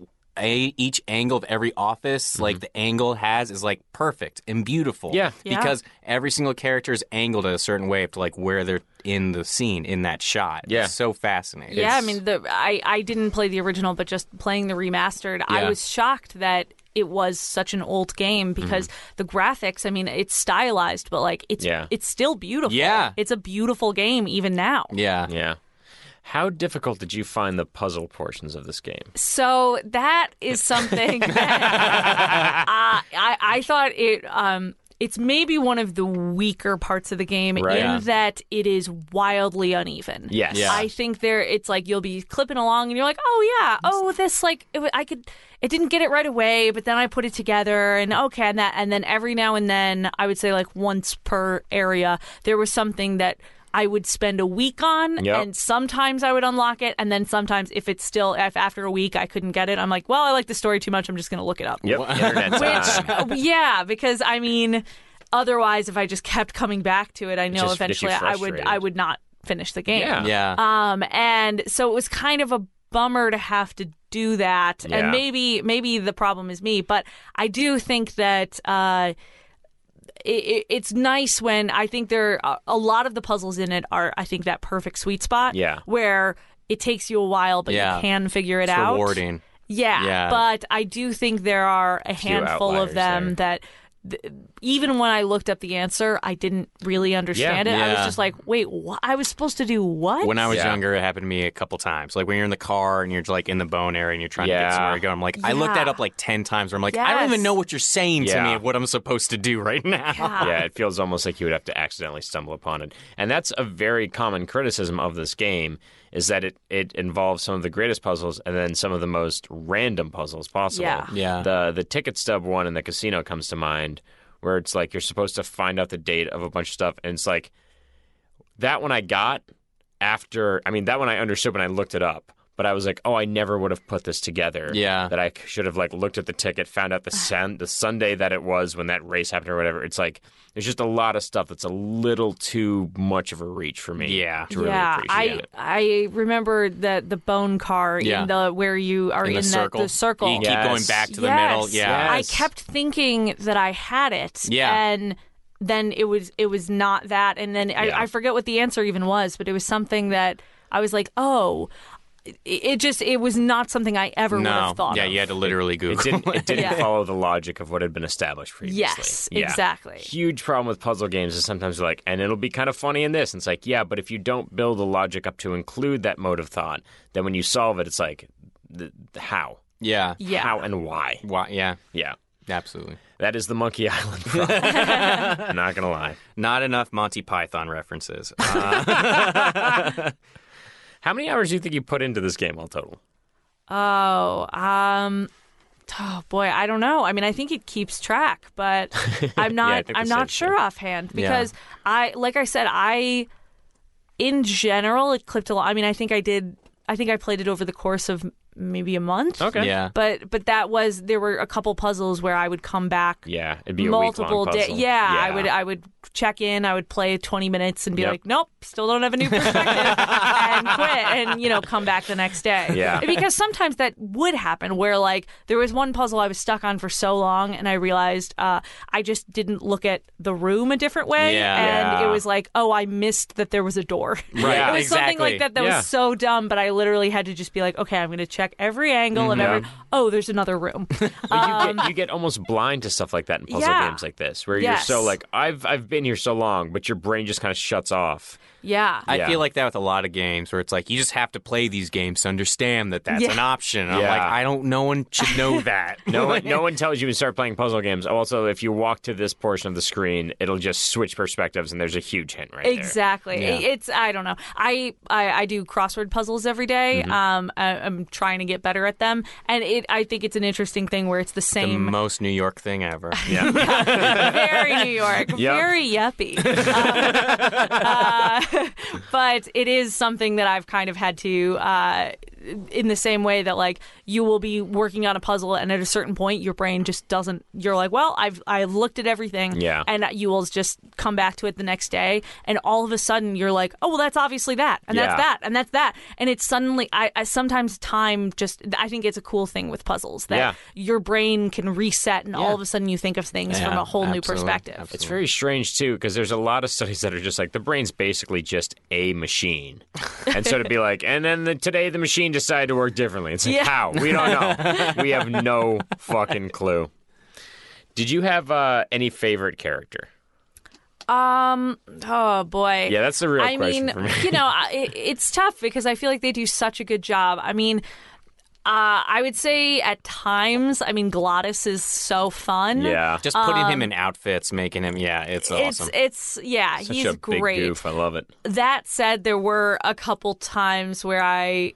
Speaker 4: a, each angle of every office, like the angle it has is like perfect and beautiful.
Speaker 2: Mm-hmm. Yeah.
Speaker 3: Yeah.
Speaker 4: because every single character is angled a certain way up to like where they're in the scene in that shot.
Speaker 2: Yeah.
Speaker 4: it's so fascinating.
Speaker 3: Yeah, I
Speaker 4: It's-
Speaker 3: mean, the I, I didn't play the original, but just playing the remastered, I
Speaker 4: Yeah.
Speaker 3: was shocked that it was such an old game because
Speaker 4: Mm-hmm.
Speaker 3: the graphics. I mean, it's stylized, but like it's
Speaker 2: Yeah.
Speaker 3: it's still beautiful.
Speaker 4: Yeah.
Speaker 3: it's a beautiful game even now.
Speaker 4: yeah,
Speaker 2: Yeah. How difficult did you find the puzzle portions of this game?
Speaker 3: So that is something that I, I I thought it um it's maybe one of the weaker parts of the game
Speaker 2: Right.
Speaker 3: in
Speaker 2: Yeah.
Speaker 3: that it is wildly uneven.
Speaker 2: Yes. Yeah.
Speaker 3: I think there it's like you'll be clipping along and you're like, "Oh yeah, oh this like it, wa- I could it didn't get it right away, but then I put it together and okay and that and then every now and then I would say like once per area there was something that I would spend a week on
Speaker 2: Yep.
Speaker 3: and sometimes I would unlock it, and then sometimes if it's still if after a week I couldn't get it, I'm like, well, I like the story too much. I'm just gonna look it up.
Speaker 2: Yep. Internet time.
Speaker 3: Uh, yeah, because I mean, otherwise, if I just kept coming back to it, I know
Speaker 2: just gets you
Speaker 3: eventually I would
Speaker 2: frustrated.
Speaker 3: I would not finish the game.
Speaker 2: Yeah.
Speaker 4: yeah.
Speaker 3: Um, and so it was kind of a bummer to have to do that.
Speaker 2: Yeah.
Speaker 3: And maybe maybe the problem is me, but I do think that uh, it, it, it's nice when I think there are a lot of the puzzles in it are I think that perfect sweet spot.
Speaker 2: Yeah.
Speaker 3: where it takes you a while, but
Speaker 4: Yeah.
Speaker 3: you can figure it
Speaker 4: it's
Speaker 3: out.
Speaker 4: rewarding.
Speaker 3: Yeah,
Speaker 4: Yeah.
Speaker 3: but I do think there are a handful of
Speaker 2: outliers
Speaker 3: them that. Th- even when I looked up the answer, I didn't really understand it. I was
Speaker 4: Yeah.
Speaker 3: just like, "Wait, what? I was supposed to do what?"
Speaker 4: When I was
Speaker 2: Yeah.
Speaker 4: younger, it happened to me a couple times. Like when you're in the car and you're like in the bone area and you're trying to
Speaker 2: Yeah.
Speaker 4: get somewhere to go. I'm like, I looked
Speaker 3: Yeah.
Speaker 4: that up like 10 times where I'm like, I don't
Speaker 3: Yes.
Speaker 4: even know what you're saying to me
Speaker 2: Yeah.
Speaker 4: of what I'm supposed to do right now.
Speaker 2: yeah, it feels almost like you would have to accidentally stumble upon it. And that's a very common criticism of this game is that it, it involves some of the greatest puzzles and then some of the most random puzzles possible.
Speaker 3: Yeah.
Speaker 4: Yeah.
Speaker 2: The the ticket stub one in the casino comes to mind where it's like you're supposed to find out the date of a bunch of stuff and it's like that one I got after I mean that one I understood when I looked it up. But I was like, oh, I never would have put this together.
Speaker 4: Yeah.
Speaker 2: That I should have like looked at the ticket, found out the sun the Sunday that it was when that race happened or whatever. It's like there's just a lot of stuff that's a little too much of a reach for me.
Speaker 4: Yeah.
Speaker 2: To really
Speaker 3: yeah,
Speaker 2: appreciate it.
Speaker 3: I I remember the the bone car
Speaker 4: Yeah.
Speaker 3: in the where you are in,
Speaker 4: In the
Speaker 3: that-
Speaker 4: circle.
Speaker 3: the circle.
Speaker 4: You
Speaker 2: Yes.
Speaker 4: keep going back to the
Speaker 3: Yes.
Speaker 4: middle. Yeah.
Speaker 3: I
Speaker 2: Yes.
Speaker 3: kept thinking that I had it.
Speaker 4: Yeah.
Speaker 3: And then it was it was not that. And then
Speaker 2: Yeah.
Speaker 3: I, I forget what the answer even was, but it was something that I was like, oh, it, it just it was not something I ever would
Speaker 4: No.
Speaker 3: have thought.
Speaker 4: Yeah,
Speaker 3: of.
Speaker 4: you had to literally
Speaker 2: It
Speaker 4: Google
Speaker 2: didn't it didn't
Speaker 3: Yeah.
Speaker 2: follow the logic of what had been established previously.
Speaker 3: Yes,
Speaker 2: Yeah.
Speaker 3: exactly.
Speaker 2: Huge problem with puzzle games is sometimes they're like, and it'll be kind of funny in this. And it's like, yeah, but if you don't build the logic up to include that mode of thought, then when you solve it, it's like, th- how?
Speaker 4: Yeah.
Speaker 3: Yeah.
Speaker 2: How and why?
Speaker 4: Why? Yeah.
Speaker 2: Yeah.
Speaker 4: Absolutely.
Speaker 2: That is the Monkey Island problem. Not gonna lie.
Speaker 4: Not enough Monty Python references. Uh,
Speaker 2: How many hours do you think you put into this game all total?
Speaker 3: Oh, um, oh boy, I don't know. I mean, I think it keeps track, but I'm not.
Speaker 2: think the
Speaker 3: I'm
Speaker 2: same
Speaker 3: not sure
Speaker 2: thing.
Speaker 3: offhand because I, like I said, I, in general, it clipped a lot. I mean, I think I did. I think I played it over the course of maybe a month.
Speaker 2: Okay.
Speaker 4: yeah.
Speaker 3: But but that was there were a couple puzzles where I would come back
Speaker 2: Yeah, it'd be a
Speaker 3: multiple
Speaker 2: week-long
Speaker 3: days.
Speaker 2: puzzle.
Speaker 3: Yeah, I would I would check in. I would play 20 minutes and be
Speaker 2: Yep.
Speaker 3: like, nope, still don't have a new perspective, and quit, and you know, come back the next day.
Speaker 2: Yeah.
Speaker 3: because sometimes that would happen where like there was one puzzle I was stuck on for so long, and I realized uh, I just didn't look at the room a different way,
Speaker 4: Yeah.
Speaker 3: and
Speaker 2: Yeah.
Speaker 3: it was like, oh, I missed that there was a door.
Speaker 2: Right.
Speaker 3: it was something
Speaker 4: exactly.
Speaker 3: like that that
Speaker 2: Yeah.
Speaker 3: was so dumb, but I literally had to just be like, okay, I'm going to check every angle
Speaker 2: Mm-hmm.
Speaker 3: of every. Oh, there's another room.
Speaker 2: But you, get, you get almost blind to stuff like that in puzzle
Speaker 3: Um, Yeah.
Speaker 2: games like this, where
Speaker 3: Yes.
Speaker 2: you're so like, I've I've been here so long, but your brain just kind of shuts off.
Speaker 3: yeah.
Speaker 4: I
Speaker 2: Yeah.
Speaker 4: feel like that with a lot of games where it's like you just have to play these games to understand that that's
Speaker 3: Yeah.
Speaker 4: an option. And I'm
Speaker 2: Yeah.
Speaker 4: like, I don't. No one should know that.
Speaker 2: No one, no one tells you to start playing puzzle games. Also, if you walk to this portion of the screen, it'll just switch perspectives, and there's a huge hint right there.
Speaker 3: Exactly.
Speaker 4: Yeah.
Speaker 3: It's I don't know. I I, I do crossword puzzles every day. Um, I, I'm trying to get better at them, and it I think it's an interesting thing where it's the
Speaker 4: The
Speaker 3: same.
Speaker 4: most New York thing ever.
Speaker 2: Yeah,
Speaker 3: very New York,
Speaker 2: Yep.
Speaker 3: very yuppie. Um, uh, but it is something that I've kind of had to. Uh, in the same way that like you will be working on a puzzle and at a certain point your brain just doesn't you're like well I've I've looked at everything
Speaker 2: Yeah.
Speaker 3: and you will just come back to it the next day and all of a sudden you're like oh well that's obviously that and
Speaker 2: Yeah.
Speaker 3: that's that and that's that and it's suddenly I, I sometimes time just I think it's a cool thing with puzzles that
Speaker 2: Yeah.
Speaker 3: your brain can reset and all of a sudden you think of things from
Speaker 4: Yeah,
Speaker 3: a whole new
Speaker 4: absolutely,
Speaker 3: perspective
Speaker 2: it's very strange too, because there's a lot of studies that are just like the brain's basically just a machine, and so to be like, and then the, today the machine decided to work differently. It's like
Speaker 3: Yeah.
Speaker 2: how we don't know. we have no fucking clue. Did you have uh, any favorite character?
Speaker 3: oh boy
Speaker 2: Yeah, that's the real
Speaker 3: I
Speaker 2: question
Speaker 3: mean,
Speaker 2: for me.
Speaker 3: you know, I- it, it's tough because I feel like they do such a good job. I mean, uh, I would say at times, I mean, Glottis is so fun.
Speaker 2: Yeah,
Speaker 4: Just
Speaker 3: uh,
Speaker 4: putting him in outfits, making him. Yeah, it's
Speaker 3: Um, It's
Speaker 4: awesome.
Speaker 3: it's yeah,
Speaker 2: such
Speaker 3: he's
Speaker 2: a big
Speaker 3: great.
Speaker 2: goof. I love it.
Speaker 3: That said, there were a couple times where I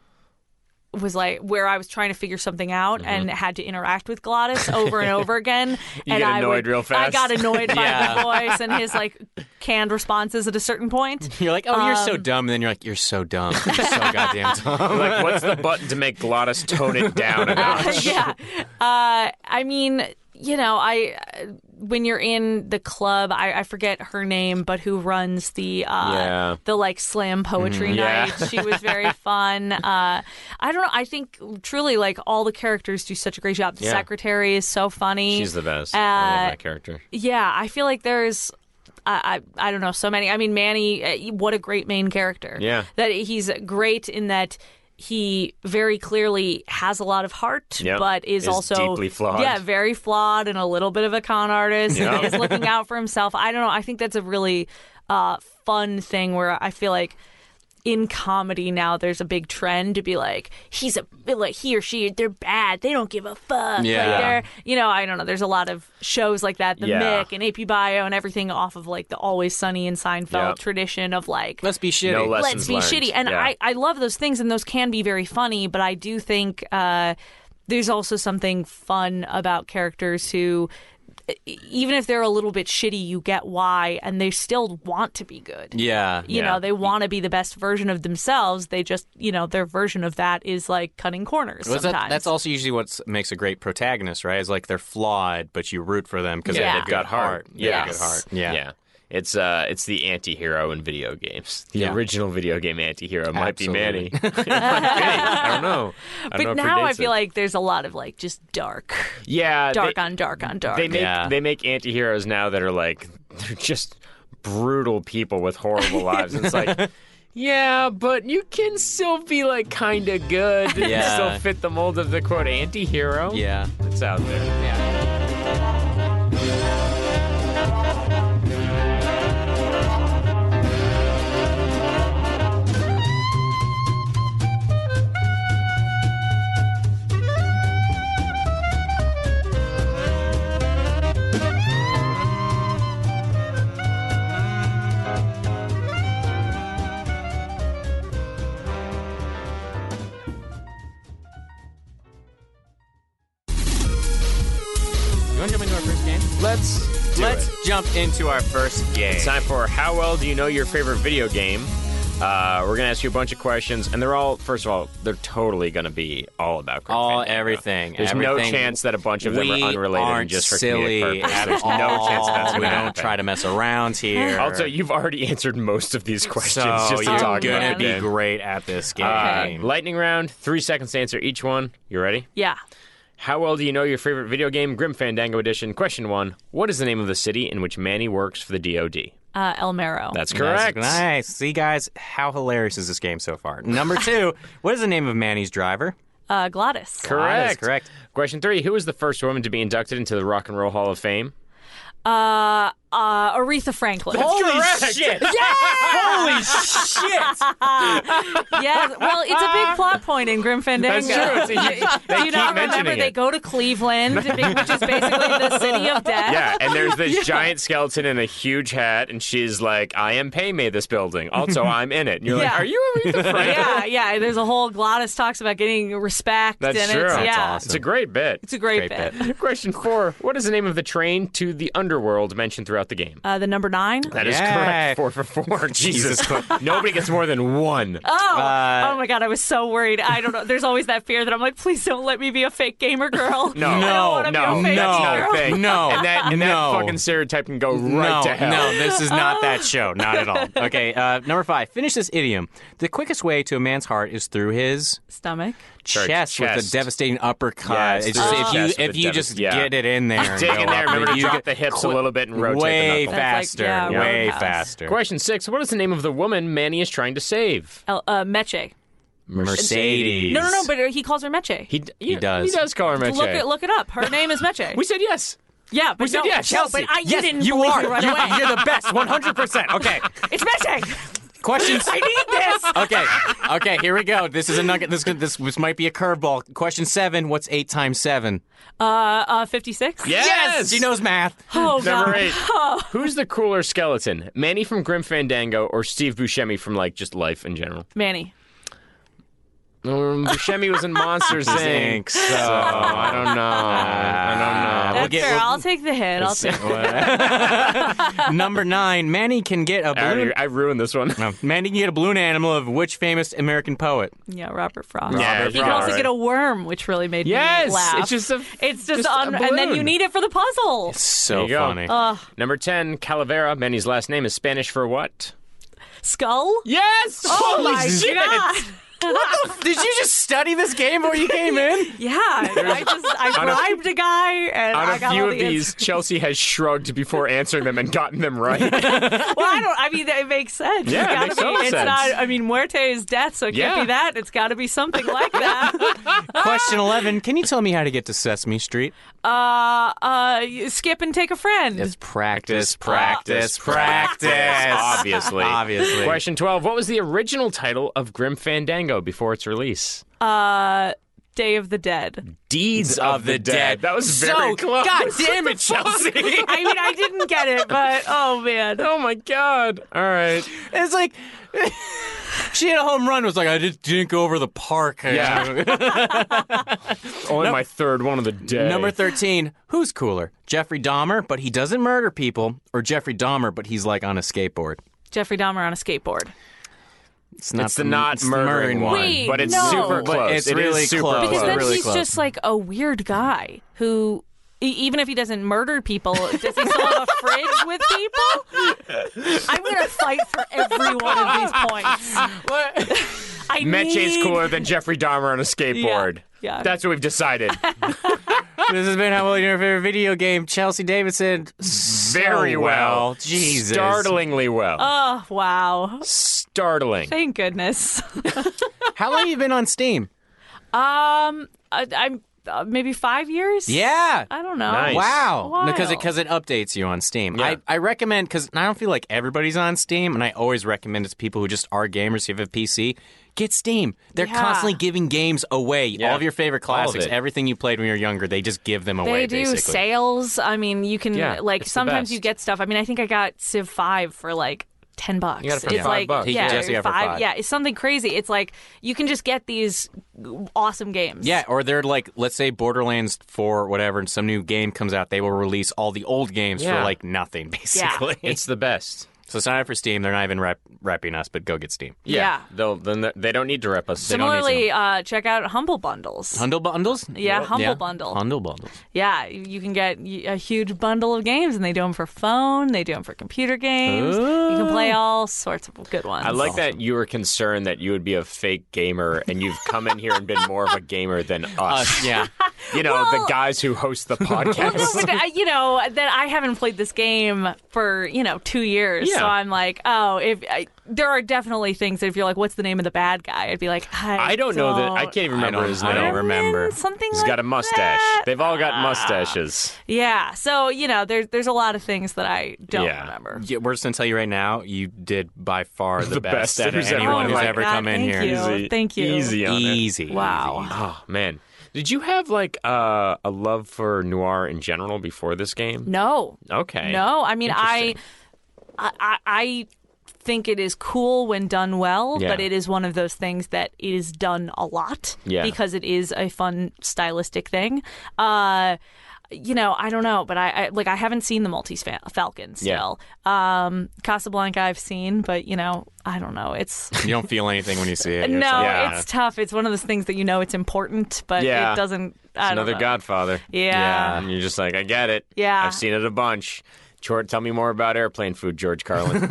Speaker 3: was like where I was trying to figure something out and had to interact with Glottis over and over again.
Speaker 2: Mm-hmm. You
Speaker 3: and
Speaker 2: get
Speaker 3: I
Speaker 2: annoyed
Speaker 3: would-
Speaker 2: real
Speaker 3: I
Speaker 2: fast.
Speaker 3: got annoyed by
Speaker 4: Yeah.
Speaker 3: his voice and his like canned responses at a certain point.
Speaker 4: You're like, oh, you're
Speaker 3: um,
Speaker 4: so dumb, and then you're like, you're so dumb, you're so goddamn dumb.
Speaker 2: like, what's the button to make Glottis tone it down a
Speaker 3: Uh,
Speaker 2: notch?
Speaker 3: yeah. Uh, I mean, you know, I uh, when you're in the club, I, I forget her name, but who runs the uh,
Speaker 2: Yeah. Mm-hmm.
Speaker 3: the like slam poetry
Speaker 2: yeah.
Speaker 3: night? She was very fun. Uh, I don't know. I think truly, like all the characters do such a great job. The secretary is so funny.
Speaker 2: She's the best. I
Speaker 3: Uh,
Speaker 2: love that character.
Speaker 3: yeah, I feel like there's. I, I I don't know so many. I mean, Manny, uh, what a great main character.
Speaker 2: Yeah.
Speaker 3: that he's great in that he very clearly has a lot of heart,
Speaker 2: Yep.
Speaker 3: but is,
Speaker 2: Is
Speaker 3: also
Speaker 2: deeply flawed.
Speaker 3: Yeah, very flawed and a little bit of a con artist.
Speaker 2: Yeah.
Speaker 3: And is looking out for himself. I don't know. I think that's a really uh, fun thing where I feel like in comedy now there's a big trend to be like he's a like he or she they're bad they don't give a fuck Like,
Speaker 4: Yeah.
Speaker 3: they're you know I don't know there's a lot of shows like that the
Speaker 2: Yeah.
Speaker 3: Mick and AP Bio and everything off of like the Always Sunny and Seinfeld
Speaker 2: Yep.
Speaker 3: tradition of like
Speaker 4: Let's be shitty.
Speaker 2: No less- Lessons
Speaker 3: let's be
Speaker 2: learned.
Speaker 3: shitty and
Speaker 2: Yeah.
Speaker 3: I I love those things and those can be very funny but I do think uh, there's also something fun about characters who e- even if they're a little bit shitty you get why and they still want to be good
Speaker 4: yeah,
Speaker 3: you
Speaker 2: Yeah.
Speaker 3: know they want to be the best version of themselves they just you know their version of that is like cutting corners
Speaker 4: Well, that-
Speaker 3: sometimes
Speaker 4: that's also usually what makes a great protagonist, right? Is like they're flawed, but you root for them because
Speaker 3: Yeah.
Speaker 4: they've got heart.
Speaker 2: Yeah.
Speaker 4: Yeah,
Speaker 3: Yes.
Speaker 4: good heart. Yeah.
Speaker 2: yeah. It's uh, it's the anti-hero in video games. The
Speaker 4: Yeah.
Speaker 2: original video game anti-hero might be Manny.
Speaker 4: Absolutely.
Speaker 2: It might be. I don't know. I don't know
Speaker 3: but
Speaker 2: if
Speaker 3: now i
Speaker 2: predates
Speaker 3: feel
Speaker 2: it.
Speaker 3: like there's a lot of like just dark
Speaker 2: yeah,
Speaker 3: dark
Speaker 2: they,
Speaker 3: on dark on dark
Speaker 2: They make
Speaker 4: Yeah.
Speaker 2: they make anti-heroes now that are like they're just brutal people with horrible lives. And it's like. Yeah, but you can still be like kind of good. You
Speaker 4: Yeah.
Speaker 2: can still fit the mold of the quote anti-hero.
Speaker 4: Yeah.
Speaker 2: it's out there.
Speaker 4: first game?
Speaker 2: Let's do
Speaker 4: Let's
Speaker 2: it.
Speaker 4: jump into our first game.
Speaker 2: It's time for How Well Do You Know Your Favorite Video Game? Uh, we're going to ask you a bunch of questions, and they're all, first of all, they're totally going to be all about Grim
Speaker 4: All
Speaker 2: Fandango.
Speaker 4: everything.
Speaker 2: There's no
Speaker 4: everything.
Speaker 2: chance that a bunch of them
Speaker 4: we
Speaker 2: are unrelated
Speaker 4: aren't
Speaker 2: and just for
Speaker 4: silly
Speaker 2: comedic purposes.
Speaker 4: at
Speaker 2: There's no
Speaker 4: all.
Speaker 2: chance that's going
Speaker 4: We
Speaker 2: to
Speaker 4: don't
Speaker 2: happen.
Speaker 4: try to mess around here.
Speaker 2: Also, you've already answered most of these questions
Speaker 4: so
Speaker 2: just to
Speaker 4: you're
Speaker 2: talk
Speaker 4: gonna
Speaker 2: about
Speaker 4: be
Speaker 2: the game.
Speaker 4: great at this game.
Speaker 2: Uh, lightning round, three seconds to answer each one. You ready?
Speaker 3: Yeah.
Speaker 2: How well do you know your favorite video game, Grim Fandango Edition? Question one What is the name of the city in which Manny works for the DoD?
Speaker 3: Uh, El Mero.
Speaker 2: That's
Speaker 4: Nice,
Speaker 2: correct.
Speaker 4: Nice. See, guys, how hilarious is this game so far? Number two, what is the name of Manny's driver?
Speaker 3: uh, Gladys.
Speaker 4: That is
Speaker 2: Correct.
Speaker 4: correct.
Speaker 2: Question three Who was the first woman to be inducted into the Rock and Roll Hall of Fame?
Speaker 3: Uh, uh, Aretha Franklin.
Speaker 2: correct. shit!
Speaker 4: Holy shit!
Speaker 3: yes. Well, it's a big plot point in Grim Fandango.
Speaker 2: That's true. It's a huge- they
Speaker 3: Do you
Speaker 2: keep
Speaker 3: not
Speaker 2: mentioning
Speaker 3: remember they
Speaker 2: it.
Speaker 3: go to Cleveland, which is basically the city of death?
Speaker 2: Yeah, and there's this giant skeleton in a huge hat, and she's like, I am Paymay this building. Also, I'm in it. And you're
Speaker 3: Yeah.
Speaker 2: like, Are you Aretha Franklin?
Speaker 3: yeah, yeah. There's a whole Gladys talks about getting respect.
Speaker 2: That's
Speaker 3: and
Speaker 2: true.
Speaker 3: It's,
Speaker 2: That's
Speaker 3: yeah,
Speaker 4: awesome.
Speaker 2: It's a great bit.
Speaker 3: it's a great,
Speaker 4: Great
Speaker 3: bit.
Speaker 2: Question four What is the name of the train to the underworld mentioned throughout the game?
Speaker 3: Uh, the number nine.
Speaker 2: That is
Speaker 4: Yeah.
Speaker 2: correct. Four for four. Jesus. Nobody gets more than one.
Speaker 3: Oh,
Speaker 4: Uh,
Speaker 3: oh my God! I was so worried. I don't know. There's always that fear that I'm like, please don't let me be a fake gamer girl.
Speaker 2: No,
Speaker 3: I don't
Speaker 4: No,
Speaker 3: wanna
Speaker 2: no,
Speaker 3: be a fake
Speaker 2: that's
Speaker 3: gamer.
Speaker 2: not a
Speaker 4: no,
Speaker 2: thing.
Speaker 4: no,
Speaker 2: and that and
Speaker 4: no.
Speaker 2: that fucking stereotype can go
Speaker 4: no,
Speaker 2: right to hell.
Speaker 4: no, this is not that show. Not at all. Okay, uh, number five. Finish this idiom. The quickest way to a man's heart is through his
Speaker 3: Stomach.
Speaker 2: Sorry,
Speaker 4: chest, with a
Speaker 2: chest.
Speaker 4: devastating uppercut.
Speaker 2: Yes,
Speaker 4: it's
Speaker 2: through
Speaker 4: just,
Speaker 2: his
Speaker 4: if you
Speaker 2: chest with
Speaker 4: if
Speaker 2: a
Speaker 4: you
Speaker 2: devast-
Speaker 4: just
Speaker 2: yeah.
Speaker 4: get it in there, and
Speaker 2: Dig
Speaker 4: go
Speaker 2: in there.
Speaker 4: up,
Speaker 2: Remember to
Speaker 4: you
Speaker 2: drop
Speaker 4: get
Speaker 2: the hips a little bit and rotate the
Speaker 4: way
Speaker 2: knuckles.
Speaker 3: That's
Speaker 4: faster,
Speaker 3: like, yeah,
Speaker 4: way
Speaker 3: roadhouse.
Speaker 4: faster.
Speaker 2: Question six What is the name of the woman Manny is trying to save?
Speaker 3: El- uh, Meche.
Speaker 4: Mercedes.
Speaker 3: No, no, no. But he calls her Meche.
Speaker 2: He, d-
Speaker 4: He does.
Speaker 2: He does call her Meche.
Speaker 3: look it, look it up. Her name is Meche.
Speaker 2: We said yes.
Speaker 3: yeah, but
Speaker 2: we said
Speaker 3: no,
Speaker 2: yes.
Speaker 3: no,
Speaker 2: Chelsea,
Speaker 3: but I, you
Speaker 4: yes,
Speaker 3: didn't
Speaker 4: you
Speaker 3: believe
Speaker 4: are.
Speaker 3: me right away.
Speaker 4: you, are the best. One hundred percent. Okay.
Speaker 3: It's Meche.
Speaker 4: Questions.
Speaker 3: I need this.
Speaker 4: Okay. Okay. Here we go. This is a nugget. This could- this this might be a curveball. Question seven. What's eight times seven?
Speaker 3: Uh, uh, fifty-six.
Speaker 2: Yes.
Speaker 4: She knows math.
Speaker 3: Oh
Speaker 2: Number
Speaker 3: God.
Speaker 2: eight. Who's the cooler skeleton? Manny from Grim Fandango or Steve Buscemi from like just life in general?
Speaker 3: Manny.
Speaker 2: Um, Buscemi was in Monsters Inc.
Speaker 4: Inc,
Speaker 2: So
Speaker 4: so-
Speaker 3: Oh,
Speaker 2: I don't know. I don't know.
Speaker 3: That's
Speaker 4: we'll get-
Speaker 3: fair.
Speaker 4: we'll-
Speaker 3: I'll take the hit. I'll take.
Speaker 4: Number nine. Manny can get a
Speaker 2: I,
Speaker 4: balloon.
Speaker 2: already, I ruined this one.
Speaker 4: No, Mandy can get a balloon animal of which famous American poet?
Speaker 3: Yeah, Robert Frost.
Speaker 2: Yeah,
Speaker 3: he can
Speaker 2: Robert
Speaker 3: also
Speaker 2: Frost.
Speaker 3: get a worm, which really made
Speaker 2: Yes,
Speaker 3: me laugh.
Speaker 2: it's just a-
Speaker 3: it's just,
Speaker 2: just a
Speaker 3: un- and then you
Speaker 2: balloon.
Speaker 3: need it for the puzzle.
Speaker 4: So
Speaker 2: There you go.
Speaker 4: funny.
Speaker 2: Number 10, Calavera. Manny's last name is Spanish for what?
Speaker 3: Skull.
Speaker 2: Yes!
Speaker 3: Oh my God.
Speaker 4: Did you just study this game before you came in?
Speaker 3: Yeah, I just I
Speaker 2: on a-
Speaker 3: bribed a guy and
Speaker 2: On
Speaker 3: I
Speaker 2: a
Speaker 3: got
Speaker 2: few
Speaker 3: all
Speaker 2: of
Speaker 3: the
Speaker 2: these, Chelsea has shrugged before answering them and gotten them right.
Speaker 3: answers. Well, I don't. I mean, it makes sense.
Speaker 2: Yeah,
Speaker 3: it's
Speaker 2: it makes
Speaker 3: gotta be.
Speaker 2: total
Speaker 3: it's
Speaker 2: sense.
Speaker 3: not. I mean, muerte is death, so it can't
Speaker 2: Yeah.
Speaker 3: be that. It's got to be something like that.
Speaker 4: Question 11. Can you tell me how to get to Sesame Street?
Speaker 3: uh, uh, you skip and take a friend.
Speaker 4: practice,
Speaker 2: practice, practice. Obviously.
Speaker 4: Obviously.
Speaker 2: Question 12, what was the original title of Grim Fandango before its release?
Speaker 3: Uh, Day of the Dead.
Speaker 2: Deeds
Speaker 4: of the Dead.
Speaker 2: That was
Speaker 4: So,
Speaker 2: very close.
Speaker 4: God damn it, Chelsea.
Speaker 3: I mean, I didn't get it, but oh man.
Speaker 2: oh my god. All right.
Speaker 4: It's like she had a home run. Was like I just didn't go over the park.
Speaker 2: Yeah. Only my third one of the day.
Speaker 4: Number thirteen. Who's cooler, Jeffrey Dahmer, but he doesn't murder people, or Jeffrey Dahmer, but he's like on a skateboard?
Speaker 3: Jeffrey Dahmer on a skateboard.
Speaker 4: not
Speaker 2: It's the not murdering one,
Speaker 3: Wait,
Speaker 2: but it's
Speaker 3: no.
Speaker 2: super
Speaker 3: But
Speaker 2: close.
Speaker 4: it's
Speaker 2: It is
Speaker 4: really
Speaker 2: super
Speaker 4: close.
Speaker 3: Because
Speaker 4: Well,
Speaker 3: then
Speaker 4: Oh, really
Speaker 3: he's
Speaker 4: close.
Speaker 3: just like a weird guy who, e- even if he doesn't murder people, does he still have a fridge with people? I'm gonna fight for every one of these points. I
Speaker 2: Meche's
Speaker 3: need-
Speaker 2: cooler than Jeffrey Dahmer on a skateboard.
Speaker 3: Yeah.
Speaker 2: That's what we've decided.
Speaker 4: this has been how well you know your favorite video game. Chelsea Davidson, so
Speaker 2: Very well.
Speaker 4: Jesus,
Speaker 2: Startlingly well.
Speaker 3: Oh wow!
Speaker 2: Startling.
Speaker 3: Thank goodness.
Speaker 4: How long have you been on Steam?
Speaker 3: Um, I, I'm uh, maybe five years.
Speaker 4: Yeah.
Speaker 3: I don't know.
Speaker 2: Nice.
Speaker 4: Wow,
Speaker 3: A
Speaker 4: because it
Speaker 3: while.
Speaker 4: because it updates you on Steam.
Speaker 2: Yeah.
Speaker 4: I, I recommend because I don't feel like everybody's on Steam, and I always recommend it to people who just are gamers. Who have a PC, get Steam. They're
Speaker 3: Yeah.
Speaker 4: constantly giving games away. All of your favorite
Speaker 2: All of
Speaker 4: classics,
Speaker 2: it.
Speaker 4: everything you played when you were younger, they just give them away.
Speaker 3: They do
Speaker 4: basically.
Speaker 3: sales. I mean, you can
Speaker 2: Yeah,
Speaker 3: like
Speaker 2: it's the
Speaker 3: sometimes you
Speaker 2: best.
Speaker 3: get stuff. I mean, I think I got Civ Five for like ten bucks.
Speaker 2: You got it for
Speaker 3: it's
Speaker 2: five
Speaker 3: like
Speaker 2: bucks.
Speaker 4: You
Speaker 3: yeah,
Speaker 4: just
Speaker 3: or
Speaker 4: got it for five.
Speaker 3: Yeah, it's something crazy. It's like you can just get these awesome games.
Speaker 4: Yeah, or they're like, let's say Borderlands 4 or whatever, and some new game comes out, they will release all the old games
Speaker 2: Yeah.
Speaker 4: for like nothing, basically.
Speaker 2: It's the best.
Speaker 4: so sign up for Steam. They're not even rep- repping us, but go get Steam.
Speaker 3: Yeah.
Speaker 2: They'll then they don't need to rep us. They don't need to.
Speaker 3: Similarly, uh, check out Humble Bundles.
Speaker 4: Hundle bundles?
Speaker 3: Yeah, Humble Bundle.
Speaker 4: Hundle bundles.
Speaker 3: yeah, you you can get y- a huge bundle of games, and they do them for phone, they do them for computer games. You can play all sorts of good ones.
Speaker 2: I like that you were concerned that you would be a fake gamer, and you've come in here and been more of a gamer than us.
Speaker 4: Uh, Yeah.
Speaker 2: You know, the guys who host the
Speaker 3: No,
Speaker 2: podcast.
Speaker 3: but I, you know that I haven't played this game for you know two years,
Speaker 2: Yeah.
Speaker 3: so I'm like, oh, if I, there are definitely things that if you're like, what's the name of the bad guy? I'd be like, I,
Speaker 2: I don't know that. I can't even remember
Speaker 4: don't-
Speaker 2: his
Speaker 4: I
Speaker 2: name.
Speaker 4: don't remember.
Speaker 3: something.
Speaker 2: He's
Speaker 3: like
Speaker 2: got a mustache.
Speaker 3: that.
Speaker 2: They've all got mustaches.
Speaker 3: Yeah, so you know, there's there's a lot of things that I don't
Speaker 2: Yeah.
Speaker 3: remember.
Speaker 4: Yeah, we're just going to tell you right now, you did by far the,
Speaker 2: The best
Speaker 4: best, out of
Speaker 2: who's ever
Speaker 4: anyone
Speaker 2: come
Speaker 4: who's
Speaker 2: in.
Speaker 4: ever
Speaker 3: Oh God,
Speaker 4: come in
Speaker 3: thank
Speaker 4: here.
Speaker 3: you.
Speaker 2: Easy-
Speaker 3: Thank you.
Speaker 2: Easy on it.
Speaker 4: Easy.
Speaker 3: Wow.
Speaker 2: Oh man, did you have like uh, a love for noir in general before this game?
Speaker 3: No,
Speaker 2: Okay.
Speaker 3: no. I mean, I, I, I- I think it is cool when done well,
Speaker 2: Yeah.
Speaker 3: but it is one of those things that is done a lot
Speaker 2: Yeah.
Speaker 3: because it is a fun stylistic thing. Uh, you know, I don't know, but I, I like I haven't seen the Maltese Fa- Falcon still. Um, Casablanca I've seen, but you know, I don't know. It's
Speaker 4: You don't feel anything when you see it. You're
Speaker 3: no,
Speaker 4: just like,
Speaker 2: Yeah.
Speaker 3: it's tough. It's one of those things that you know it's important, but
Speaker 2: Yeah.
Speaker 3: it doesn't. I don't
Speaker 2: Another
Speaker 3: know.
Speaker 2: Godfather.
Speaker 3: Yeah.
Speaker 2: And you're just like, I get it.
Speaker 3: Yeah.
Speaker 2: I've seen it a bunch. George, tell me more about airplane food, George Carlin.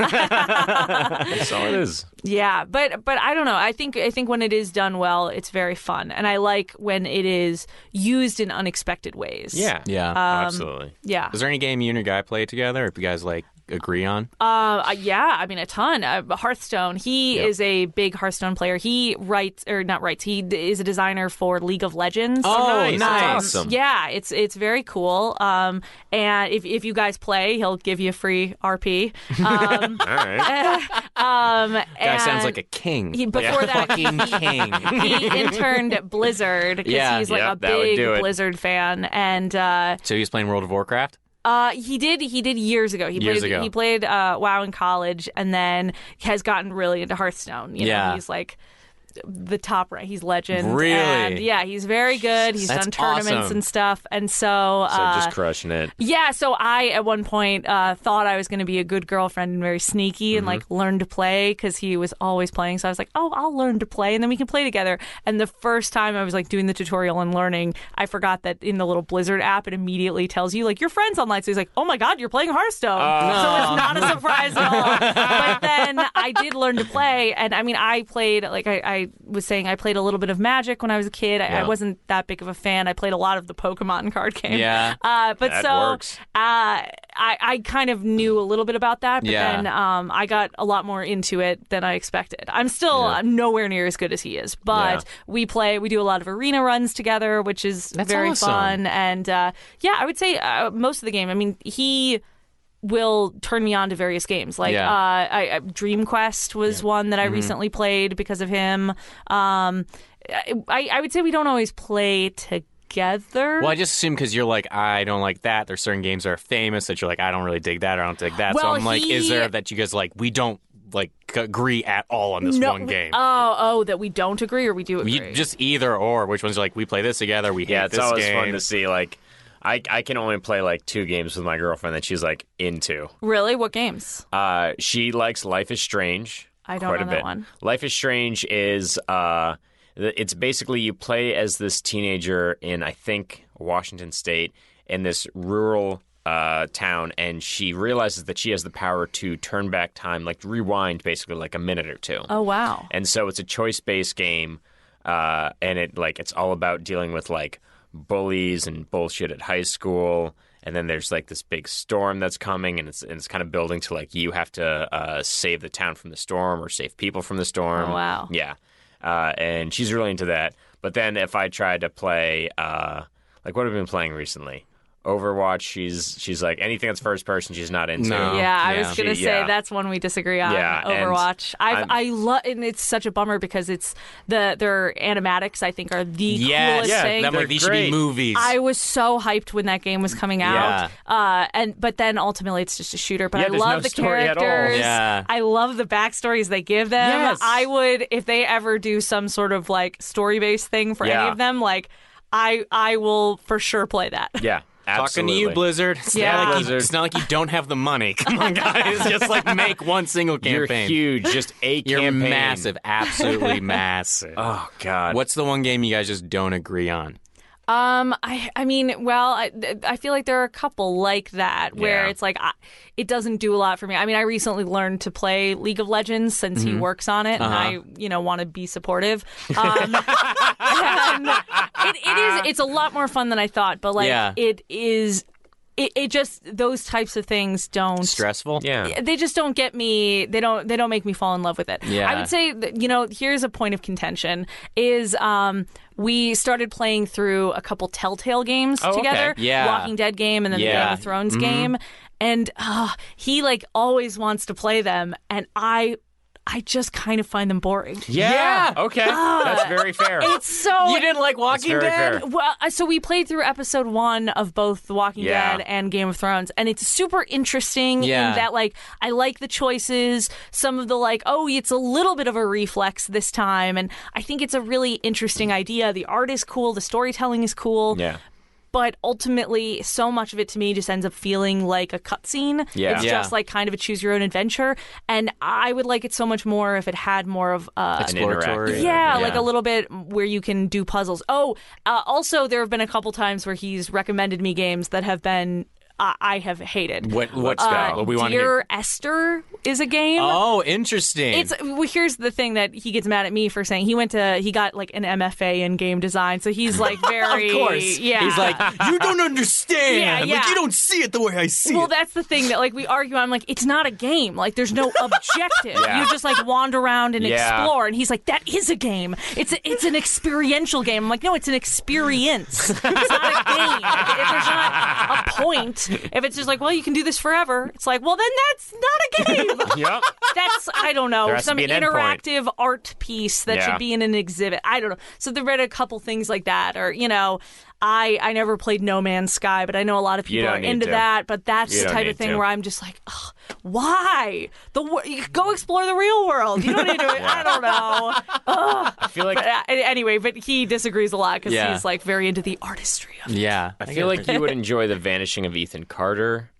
Speaker 2: That's all it is.
Speaker 3: Yeah, but but I don't know. I think I think when it is done well, it's very fun, and I like when it is used in unexpected ways.
Speaker 2: Yeah.
Speaker 4: yeah.
Speaker 3: Um,
Speaker 2: Absolutely.
Speaker 3: yeah,
Speaker 4: Is there any game you and your guy play together? If you guys like agree on?
Speaker 3: uh, uh, yeah. I mean, a ton. Uh, Hearthstone. He is a big Hearthstone player. He writes or not writes. He d- is a designer for League of Legends.
Speaker 2: Oh, nice. That's
Speaker 3: Um,
Speaker 2: awesome.
Speaker 3: Yeah, it's it's very cool. Um, and if if you guys play, he'll give you free RP. Um,
Speaker 2: All right.
Speaker 3: um,
Speaker 4: Guy
Speaker 3: and
Speaker 4: sounds like a king.
Speaker 3: he- before that,
Speaker 4: fucking king.
Speaker 3: he interned at Blizzard because
Speaker 4: Yeah.
Speaker 3: he's like
Speaker 2: Yep,
Speaker 3: a
Speaker 2: that would
Speaker 3: big
Speaker 2: do it.
Speaker 3: Blizzard fan, and uh,
Speaker 4: So he was playing World of Warcraft.
Speaker 3: uh, he did he did years ago. He
Speaker 4: Years
Speaker 3: played
Speaker 4: ago.
Speaker 3: he played uh, WoW in college, and then has gotten really into Hearthstone. You know,
Speaker 4: Yeah.
Speaker 3: he's like the top right. He's legend.
Speaker 4: Really?
Speaker 3: And, yeah, he's very good. He's
Speaker 4: That's
Speaker 3: done tournaments
Speaker 4: awesome.
Speaker 3: and stuff, and so.
Speaker 2: So
Speaker 3: uh,
Speaker 2: just crushing it.
Speaker 3: yeah, so I at one point uh, thought I was going to be a good girlfriend and very sneaky and like learn to play because he was always playing. So I was like, oh, I'll learn to play and then we can play together. And the first time I was like doing the tutorial and learning, I forgot that in the little Blizzard app, it immediately tells you like your friend's online. So he's like, oh my God, you're playing Hearthstone. so it's not a surprise at all. but then I did learn to play. And I mean, I played, like I, I was saying, I played a little bit of Magic when I was a kid. I, I wasn't that big of a fan. I played a lot of the Pokemon card game.
Speaker 4: Yeah.
Speaker 3: Uh, but
Speaker 2: That
Speaker 3: so
Speaker 2: works.
Speaker 3: Uh, I, I kind of knew a little bit about that, but
Speaker 4: Yeah.
Speaker 3: then um, I got a lot more into it than I expected. I'm still uh, nowhere near as good as he is, but we play, we do a lot of arena runs together, which is very
Speaker 4: awesome.
Speaker 3: fun. And uh, yeah, I would say uh, most of the game. I mean, he will turn me on to various games. Like
Speaker 4: Yeah. Mm-hmm.
Speaker 3: uh, I, I, Dream Quest was one that I recently played because of him. Um, I, I would say we don't always play together.
Speaker 4: Well, I just assume because you're like, I don't like that. There's certain games that are famous that you're like, I don't really dig that or I don't dig that.
Speaker 3: Well,
Speaker 4: so I'm like,
Speaker 3: he-
Speaker 4: is there that you guys like? We don't like agree at all on this one game.
Speaker 3: Oh, oh, that we don't agree or we do agree.
Speaker 4: you, just either or. Which one's like we play this together? We
Speaker 2: Yeah,
Speaker 4: hate
Speaker 2: it's
Speaker 4: this
Speaker 2: always
Speaker 4: game.
Speaker 2: fun to see. Like, I I can only play like two games with my girlfriend that she's like into.
Speaker 3: really? What games?
Speaker 2: Uh, she likes Life is Strange.
Speaker 3: I don't
Speaker 2: quite
Speaker 3: know
Speaker 2: a
Speaker 3: that
Speaker 2: bit.
Speaker 3: one.
Speaker 2: Life is Strange is uh, th- it's basically you play as this teenager in I think Washington State in this rural uh, town, and she realizes that she has the power to turn back time, like rewind, basically like a minute or two.
Speaker 3: Oh, wow.
Speaker 2: And so it's a choice based game, uh, and it like it's all about dealing with like bullies and bullshit at high school. And then there's like this big storm that's coming, and it's and it's kind of building to like you have to uh, save the town from the storm or save people from the storm.
Speaker 3: Oh, wow.
Speaker 2: Yeah, uh, and she's really into that. But then if I tried to play, uh, like what have I been playing recently? Overwatch, she's she's like anything that's first person, she's not into.
Speaker 4: No.
Speaker 3: Yeah, I
Speaker 4: yeah.
Speaker 3: was gonna
Speaker 2: She-
Speaker 3: say
Speaker 2: Um, yeah.
Speaker 3: that's one we disagree on.
Speaker 2: Yeah, and
Speaker 3: Overwatch. I've,
Speaker 2: I'm-
Speaker 3: I love, and it's such a bummer because it's the their animatics. I think are the
Speaker 4: Yes,
Speaker 3: coolest
Speaker 2: Yeah,
Speaker 3: thing.
Speaker 2: that
Speaker 4: I'm like,
Speaker 2: They're
Speaker 4: these should be
Speaker 2: great.
Speaker 4: movies.
Speaker 3: I was so hyped when that game was coming out. Uh, and but then ultimately it's just a shooter. But
Speaker 2: Yeah,
Speaker 3: I
Speaker 2: there's
Speaker 3: love
Speaker 2: no
Speaker 3: the
Speaker 2: story at all.
Speaker 3: characters.
Speaker 4: Yeah.
Speaker 3: I love the backstories they give them.
Speaker 2: Yes.
Speaker 3: I would if they ever do some sort of like story based thing for any
Speaker 2: Yeah.
Speaker 3: of them, like I I will for sure play that.
Speaker 2: Yeah,
Speaker 4: Talking
Speaker 2: absolutely.
Speaker 4: to you, Blizzard. It's,
Speaker 3: Yeah.
Speaker 4: not like you,
Speaker 2: Blizzard.
Speaker 4: it's not like you don't have the money. Come on, guys. Just like make one single
Speaker 2: You're
Speaker 4: campaign.
Speaker 2: huge, just a
Speaker 4: You're
Speaker 2: campaign.
Speaker 4: massive, absolutely massive.
Speaker 2: Oh God,
Speaker 4: What's the one game you guys just don't agree on?
Speaker 3: Um, I, I mean, well, I, I feel like there are a couple like that where
Speaker 2: Yeah.
Speaker 3: it's like I, it doesn't do a lot for me. I mean, I recently learned to play League of Legends since he works on it, and I, you know, want to be supportive. Um, and it, it is, it's a lot more fun than I thought, but like
Speaker 4: Yeah.
Speaker 3: it is, it, it just those types of things don't
Speaker 4: Stressful?
Speaker 2: Yeah.
Speaker 3: they just don't get me they don't they don't make me fall in love with it
Speaker 4: Yeah.
Speaker 3: i would say that, you know here's a point of contention is um we started playing through a couple telltale games
Speaker 2: okay.
Speaker 3: together
Speaker 4: Oh, Yeah.
Speaker 3: walking dead game and then the
Speaker 4: Yeah. Mm-hmm.
Speaker 3: game of thrones game and uh, he like always wants to play them and i i just kind of find them boring
Speaker 2: Yeah. Okay. That's very fair.
Speaker 3: Ah. it's so
Speaker 4: You didn't like Walking
Speaker 2: very
Speaker 4: Dead?
Speaker 2: fair.
Speaker 3: well, uh, so we played through episode one of both The Walking
Speaker 2: Yeah.
Speaker 3: Dead and Game of Thrones, and it's super interesting
Speaker 4: Yeah.
Speaker 3: in that, like, I like the choices, some of the, like, oh, it's a little bit of a reflex this time, and I think it's a really interesting idea. The art is cool, the storytelling is cool,
Speaker 2: yeah.
Speaker 3: but ultimately, so much of it to me just ends up feeling like a cutscene.
Speaker 2: Yeah.
Speaker 3: It's
Speaker 4: Yeah.
Speaker 3: just like kind of a choose your own adventure, and I would like it so much more if it had more of uh,
Speaker 2: An
Speaker 4: Exploratory.
Speaker 2: interactive-
Speaker 3: yeah, like a little bit where you can do puzzles. Oh, uh, also there have been a couple times where he's recommended me games that have been uh, I have hated.
Speaker 4: What, what's
Speaker 2: Uh,
Speaker 4: that? What we want to
Speaker 3: Dear
Speaker 4: hear.
Speaker 3: Esther is a game.
Speaker 4: Oh, interesting.
Speaker 3: It's well, here's the thing that he gets mad at me for saying he went to he got like an MFA in game design, so he's like very
Speaker 4: of course.
Speaker 3: yeah.
Speaker 4: He's like, you don't understand.
Speaker 3: Yeah,
Speaker 4: Like,
Speaker 3: yeah.
Speaker 4: you don't see it the way I see
Speaker 3: Well,
Speaker 4: it.
Speaker 3: that's the thing that like we argue. I'm like, it's not a game. Like, there's no objective.
Speaker 2: Yeah.
Speaker 3: You just like wander around and
Speaker 2: Yeah.
Speaker 3: explore. And he's like, that is a game. It's a, it's an experiential game. I'm like, no, it's an experience. It's not a game. If there's not a point, if it's just like, well, you can do this forever. It's like, well, then that's not a game.
Speaker 2: Yep.
Speaker 3: That's I don't know
Speaker 2: There has to
Speaker 3: some
Speaker 2: be an end point.
Speaker 3: interactive art piece that
Speaker 2: Yeah.
Speaker 3: should be in an exhibit. I don't know. So they read a couple things like that, or you know, I I never played No Man's Sky, but I know a lot of
Speaker 2: You
Speaker 3: people
Speaker 2: don't
Speaker 3: are
Speaker 2: need
Speaker 3: into
Speaker 2: to.
Speaker 3: that. But that's
Speaker 2: You
Speaker 3: the
Speaker 2: don't
Speaker 3: type of
Speaker 2: need
Speaker 3: thing
Speaker 2: to.
Speaker 3: where I'm just like, Ugh, why the wor- you go explore the real world? You don't need to. I don't know.
Speaker 2: I feel like
Speaker 3: But uh, anyway, but he disagrees a lot because
Speaker 4: Yeah.
Speaker 3: he's like very into the artistry of.
Speaker 4: yeah.
Speaker 2: I feel like you would enjoy the vanishing of Ethan Carter.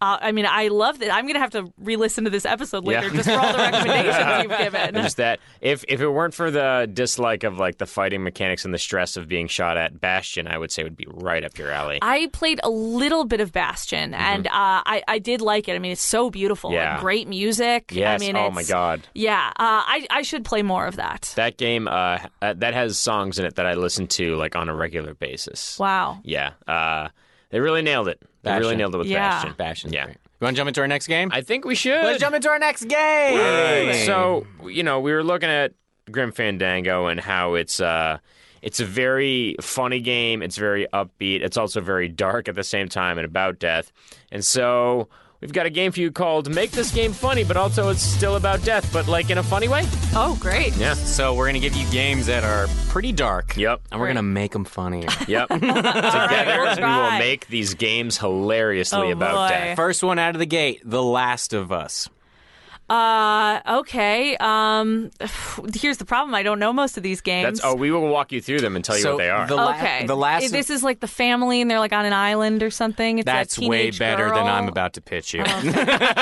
Speaker 3: Uh, I mean, I love that. I'm gonna have to re-listen to this episode
Speaker 2: Yeah.
Speaker 3: later just for all the recommendations you've given.
Speaker 2: And just that if if it weren't for the dislike of like the fighting mechanics and the stress of being shot at, Bastion I would say would be right up your alley.
Speaker 3: I played a little bit of Bastion, and uh, I I did like it. I mean, it's so beautiful.
Speaker 2: Mm-hmm. Yeah.
Speaker 3: and great music.
Speaker 2: yes.
Speaker 3: I mean,
Speaker 2: oh
Speaker 3: it's-
Speaker 2: my God.
Speaker 3: Yeah. Uh, I I should play more of that.
Speaker 2: That game uh, uh, that has songs in it that I listen to like on a regular basis.
Speaker 3: Wow.
Speaker 2: Yeah. Uh, they really nailed it. They really
Speaker 4: Bastion.
Speaker 2: nailed it with
Speaker 3: Yeah.
Speaker 2: Bastion.
Speaker 4: Bastion's
Speaker 2: Yeah.
Speaker 4: great. You want to jump into our next game?
Speaker 2: I think we should.
Speaker 4: Let's jump into our next game.
Speaker 2: So you know, we were looking at Grim Fandango and how it's uh, it's a very funny game. It's very upbeat. It's also very dark at the same time and about death. And so we've got a game for you called "Make This Game Funny," but also it's still about death, but like in a funny way.
Speaker 3: Oh, great.
Speaker 2: Yeah.
Speaker 4: So we're gonna give you games that are pretty dark.
Speaker 2: Yep.
Speaker 4: And we're gonna make them funnier.
Speaker 2: Yep. Together,
Speaker 3: we'll
Speaker 2: we
Speaker 3: try.
Speaker 2: will make these games hilariously
Speaker 3: Oh,
Speaker 2: about
Speaker 3: boy.
Speaker 2: death.
Speaker 4: First one out of the gate, The Last of Us.
Speaker 3: Uh. Okay. Um. Here's the problem. I don't know most of these
Speaker 2: That's
Speaker 3: games.
Speaker 2: oh, we will walk you through them and tell you
Speaker 4: So
Speaker 2: what they are.
Speaker 4: the la-
Speaker 3: Okay.
Speaker 4: The last.
Speaker 3: This is like the family, and they're like on an island or something. It's that
Speaker 4: that's way
Speaker 3: teenage
Speaker 4: better than
Speaker 3: girl. Oh,
Speaker 4: I'm about to pitch you.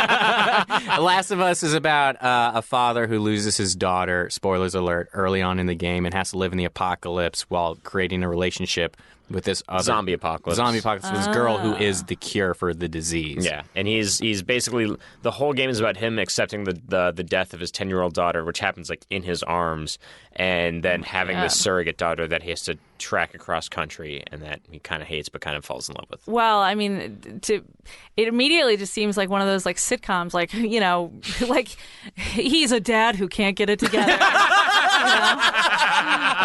Speaker 4: the Last of Us is about uh, a father who loses his daughter. Spoilers alert! Early on in the game, and has to live in the apocalypse while creating a relationship with this other
Speaker 2: Zombie apocalypse.
Speaker 4: Zombie apocalypse. This girl
Speaker 3: Ah.
Speaker 4: who is the cure for the disease.
Speaker 2: Yeah, and he's he's basically the whole game is about him accepting the the, the death of his ten year old daughter, which happens like in his arms, and
Speaker 3: Oh
Speaker 2: then having this surrogate daughter that he has to track across country, and that he kind of hates but kind of falls in love with.
Speaker 3: Well, I mean, to it immediately just seems like one of those like sitcoms, like you know, like he's a dad who can't get it together.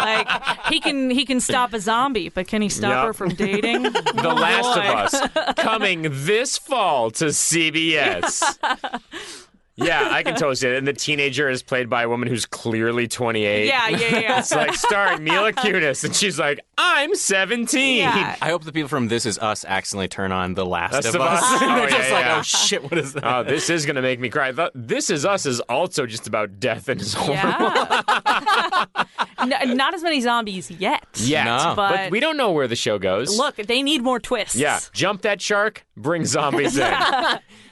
Speaker 3: Like he can he can stop a zombie, but can he stop
Speaker 2: Yeah.
Speaker 3: her from dating?
Speaker 2: The Last of Us coming this fall to CBS. yeah, I can totally see it. And the teenager is played by a woman who's clearly 28.
Speaker 3: yeah, yeah, yeah.
Speaker 2: It's like starring Mila Kunis, and she's like, "I'm 17."
Speaker 3: yeah.
Speaker 4: I hope the people from This Is Us accidentally turn on The Last
Speaker 2: Last
Speaker 4: of,
Speaker 2: of
Speaker 4: Us.
Speaker 2: Us.
Speaker 4: and
Speaker 2: Oh,
Speaker 4: they're
Speaker 2: yeah,
Speaker 4: just like,
Speaker 2: yeah.
Speaker 4: oh shit, what is that?
Speaker 2: Oh, this is gonna make me cry. Th- This is us is also just about death and is horrible.
Speaker 3: Yeah. N- not as many zombies yet.
Speaker 2: Yet.
Speaker 4: No.
Speaker 2: but,
Speaker 3: But-
Speaker 2: we don't know where the show goes.
Speaker 3: Look, they need more twists.
Speaker 2: yeah, jump that shark, bring zombies in.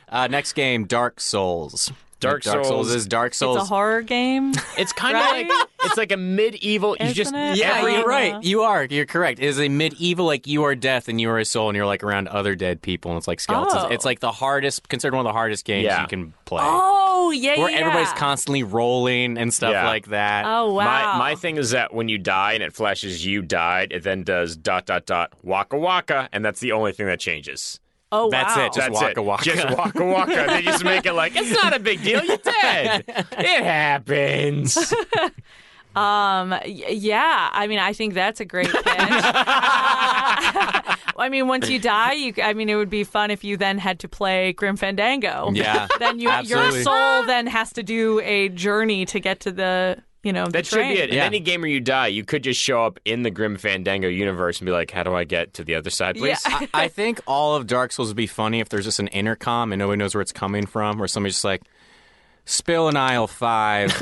Speaker 4: Uh, next game, Dark Souls.
Speaker 2: Dark
Speaker 4: Souls.
Speaker 2: Souls.
Speaker 4: is Dark
Speaker 3: It's
Speaker 4: Souls.
Speaker 3: a horror game.
Speaker 2: It's kind of
Speaker 3: Right?
Speaker 2: like it's like a medieval. you
Speaker 3: Isn't
Speaker 2: just
Speaker 3: it?
Speaker 4: yeah,
Speaker 3: Every-
Speaker 4: you're right. You are. You're correct. It is a medieval, like you are death and you are a soul, and you're like around other dead people, and it's like skeletons.
Speaker 3: Oh.
Speaker 4: It's like the hardest, considered one of the hardest games
Speaker 2: Yeah.
Speaker 4: you can play.
Speaker 3: Oh yeah,
Speaker 4: where
Speaker 3: yeah.
Speaker 4: everybody's constantly rolling and stuff
Speaker 2: Yeah.
Speaker 4: like that.
Speaker 3: Oh wow.
Speaker 2: My my thing is that when you die and it flashes you died, it then does dot dot dot waka waka, and that's the only thing that changes.
Speaker 3: oh
Speaker 4: That's
Speaker 3: wow.
Speaker 4: it. Just
Speaker 2: that's
Speaker 4: waka
Speaker 2: it.
Speaker 4: waka.
Speaker 2: Just waka waka. they just make it like it's not a big deal. You're dead. it happens.
Speaker 3: Um, y- yeah, I mean, I think that's a great pitch. I mean, once you die, you, I mean, it would be fun if you then had to play Grim Fandango.
Speaker 4: Yeah,
Speaker 3: Then you, your
Speaker 4: absolutely.
Speaker 3: soul then has to do a journey to get to the, you know, the
Speaker 2: That should
Speaker 3: train.
Speaker 2: be it. In
Speaker 4: Yeah.
Speaker 2: any game where you die, you could just show up in the Grim Fandango universe and be like, "How do I get to the other side,
Speaker 3: Yeah.
Speaker 2: please?"
Speaker 4: I, I think all of Dark Souls would be funny if there's just an intercom and nobody knows where it's coming from, or somebody's just like, spill in aisle five.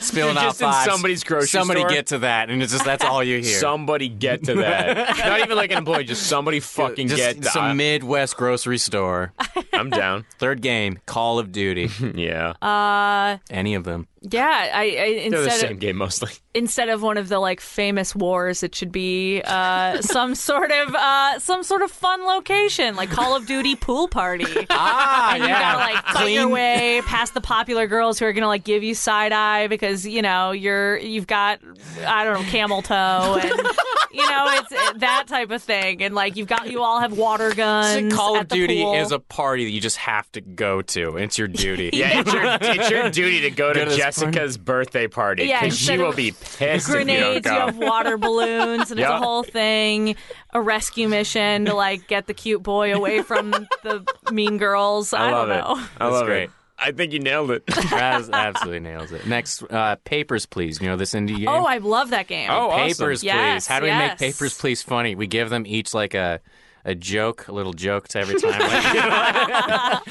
Speaker 4: spill in
Speaker 2: You're
Speaker 4: aisle
Speaker 2: just in
Speaker 4: five.
Speaker 2: somebody's grocery
Speaker 4: somebody
Speaker 2: store.
Speaker 4: get to that, and it's just that's all you hear.
Speaker 2: Somebody get to that. Not even like an employee, just somebody fucking
Speaker 4: Just
Speaker 2: get to
Speaker 4: some
Speaker 2: I-
Speaker 4: Midwest grocery store.
Speaker 2: I'm down.
Speaker 4: Third game, Call of Duty.
Speaker 2: Yeah.
Speaker 3: Uh,
Speaker 4: Any of them.
Speaker 3: yeah. I, I
Speaker 2: They're the
Speaker 3: instead
Speaker 2: same
Speaker 3: of,
Speaker 2: game mostly.
Speaker 3: instead of one of the like famous wars, it should be uh, some sort of uh, some sort of fun location, like Call of Duty pool party.
Speaker 4: Ah,
Speaker 3: and you gotta like fight your way past the popular girls who are gonna like give you side eye because you know you're you've got I don't know camel toe and you know it's it- that type of thing and like you've got you all have water guns.
Speaker 4: Call
Speaker 3: at
Speaker 4: of
Speaker 3: the
Speaker 4: Duty
Speaker 3: pool.
Speaker 4: is a party that you just have to go to. It's your duty.
Speaker 2: Yeah, it's your, it's your duty to go to
Speaker 4: Go to this
Speaker 2: Jessica's birthday party
Speaker 3: Yeah,
Speaker 2: because she
Speaker 3: instead
Speaker 2: will
Speaker 3: of
Speaker 2: be pissed if you
Speaker 3: grenades. You
Speaker 2: don't
Speaker 3: have
Speaker 2: go.
Speaker 3: water balloons, and it's
Speaker 2: Yeah.
Speaker 3: a whole thing. A rescue mission to like get the cute boy away from the mean girls. I,
Speaker 2: I love
Speaker 3: don't
Speaker 2: it.
Speaker 3: know.
Speaker 2: I love
Speaker 4: great.
Speaker 2: it. I think you nailed it.
Speaker 4: Raz absolutely nails it. Next, uh, Papers, Please. You know this indie game?
Speaker 3: Oh, I love that game.
Speaker 2: Oh, awesome.
Speaker 4: Papers, Please.
Speaker 3: Yes,
Speaker 4: How do we
Speaker 3: yes.
Speaker 4: make Papers, Please funny? We give them each like a, a joke, a little joke to every time. Like,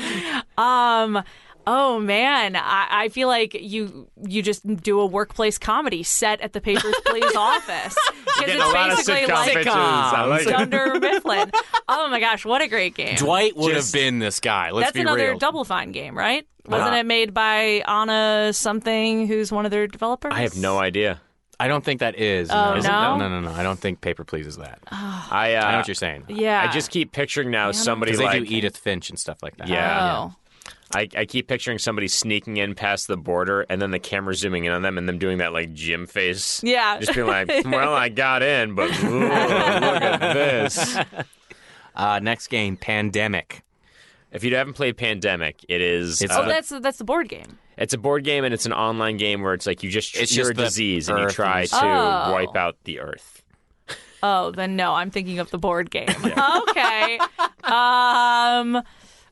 Speaker 3: Um. Oh man, I, I feel like you you just do a workplace comedy set at the Papers Please office because
Speaker 2: Getting a lot of sitcom bitches. I like it.
Speaker 3: Dunder Mifflin. Oh my gosh, what a great game!
Speaker 4: Dwight would
Speaker 2: Just-
Speaker 4: have been this guy. Let's
Speaker 3: That's
Speaker 4: be
Speaker 3: another
Speaker 4: real.
Speaker 3: Double Fine game, right?
Speaker 2: Uh-huh.
Speaker 3: Wasn't it made by Anna something, who's one of their developers?
Speaker 2: I have no idea.
Speaker 4: I don't think that is.
Speaker 3: Oh,
Speaker 4: Is it?
Speaker 3: no?
Speaker 4: no, no, no. I don't think Paper, Please is that.
Speaker 2: I, uh,
Speaker 4: I know what you're saying.
Speaker 3: Yeah,
Speaker 2: I just keep picturing now somebody
Speaker 4: 'Cause they
Speaker 2: like
Speaker 4: do Edith Finch and stuff like that.
Speaker 2: Yeah.
Speaker 3: Oh.
Speaker 2: I, I keep picturing somebody sneaking in past the border and then the camera zooming in on them and them doing that like gym face.
Speaker 3: Yeah.
Speaker 2: Just being like, well, I got in, but ooh, look at this.
Speaker 4: Uh, next game, Pandemic.
Speaker 2: If you haven't played Pandemic, it is
Speaker 4: It's
Speaker 2: uh,
Speaker 3: Oh, that's that's the board game.
Speaker 2: It's a board game and it's an online game where it's like you just
Speaker 4: It's
Speaker 2: you're
Speaker 4: just
Speaker 2: a
Speaker 4: the
Speaker 2: disease and you
Speaker 4: Earth
Speaker 2: try
Speaker 4: and-
Speaker 2: to
Speaker 3: Oh.
Speaker 2: wipe out the Earth.
Speaker 3: Oh, then no, I'm thinking of the board game. okay. Um.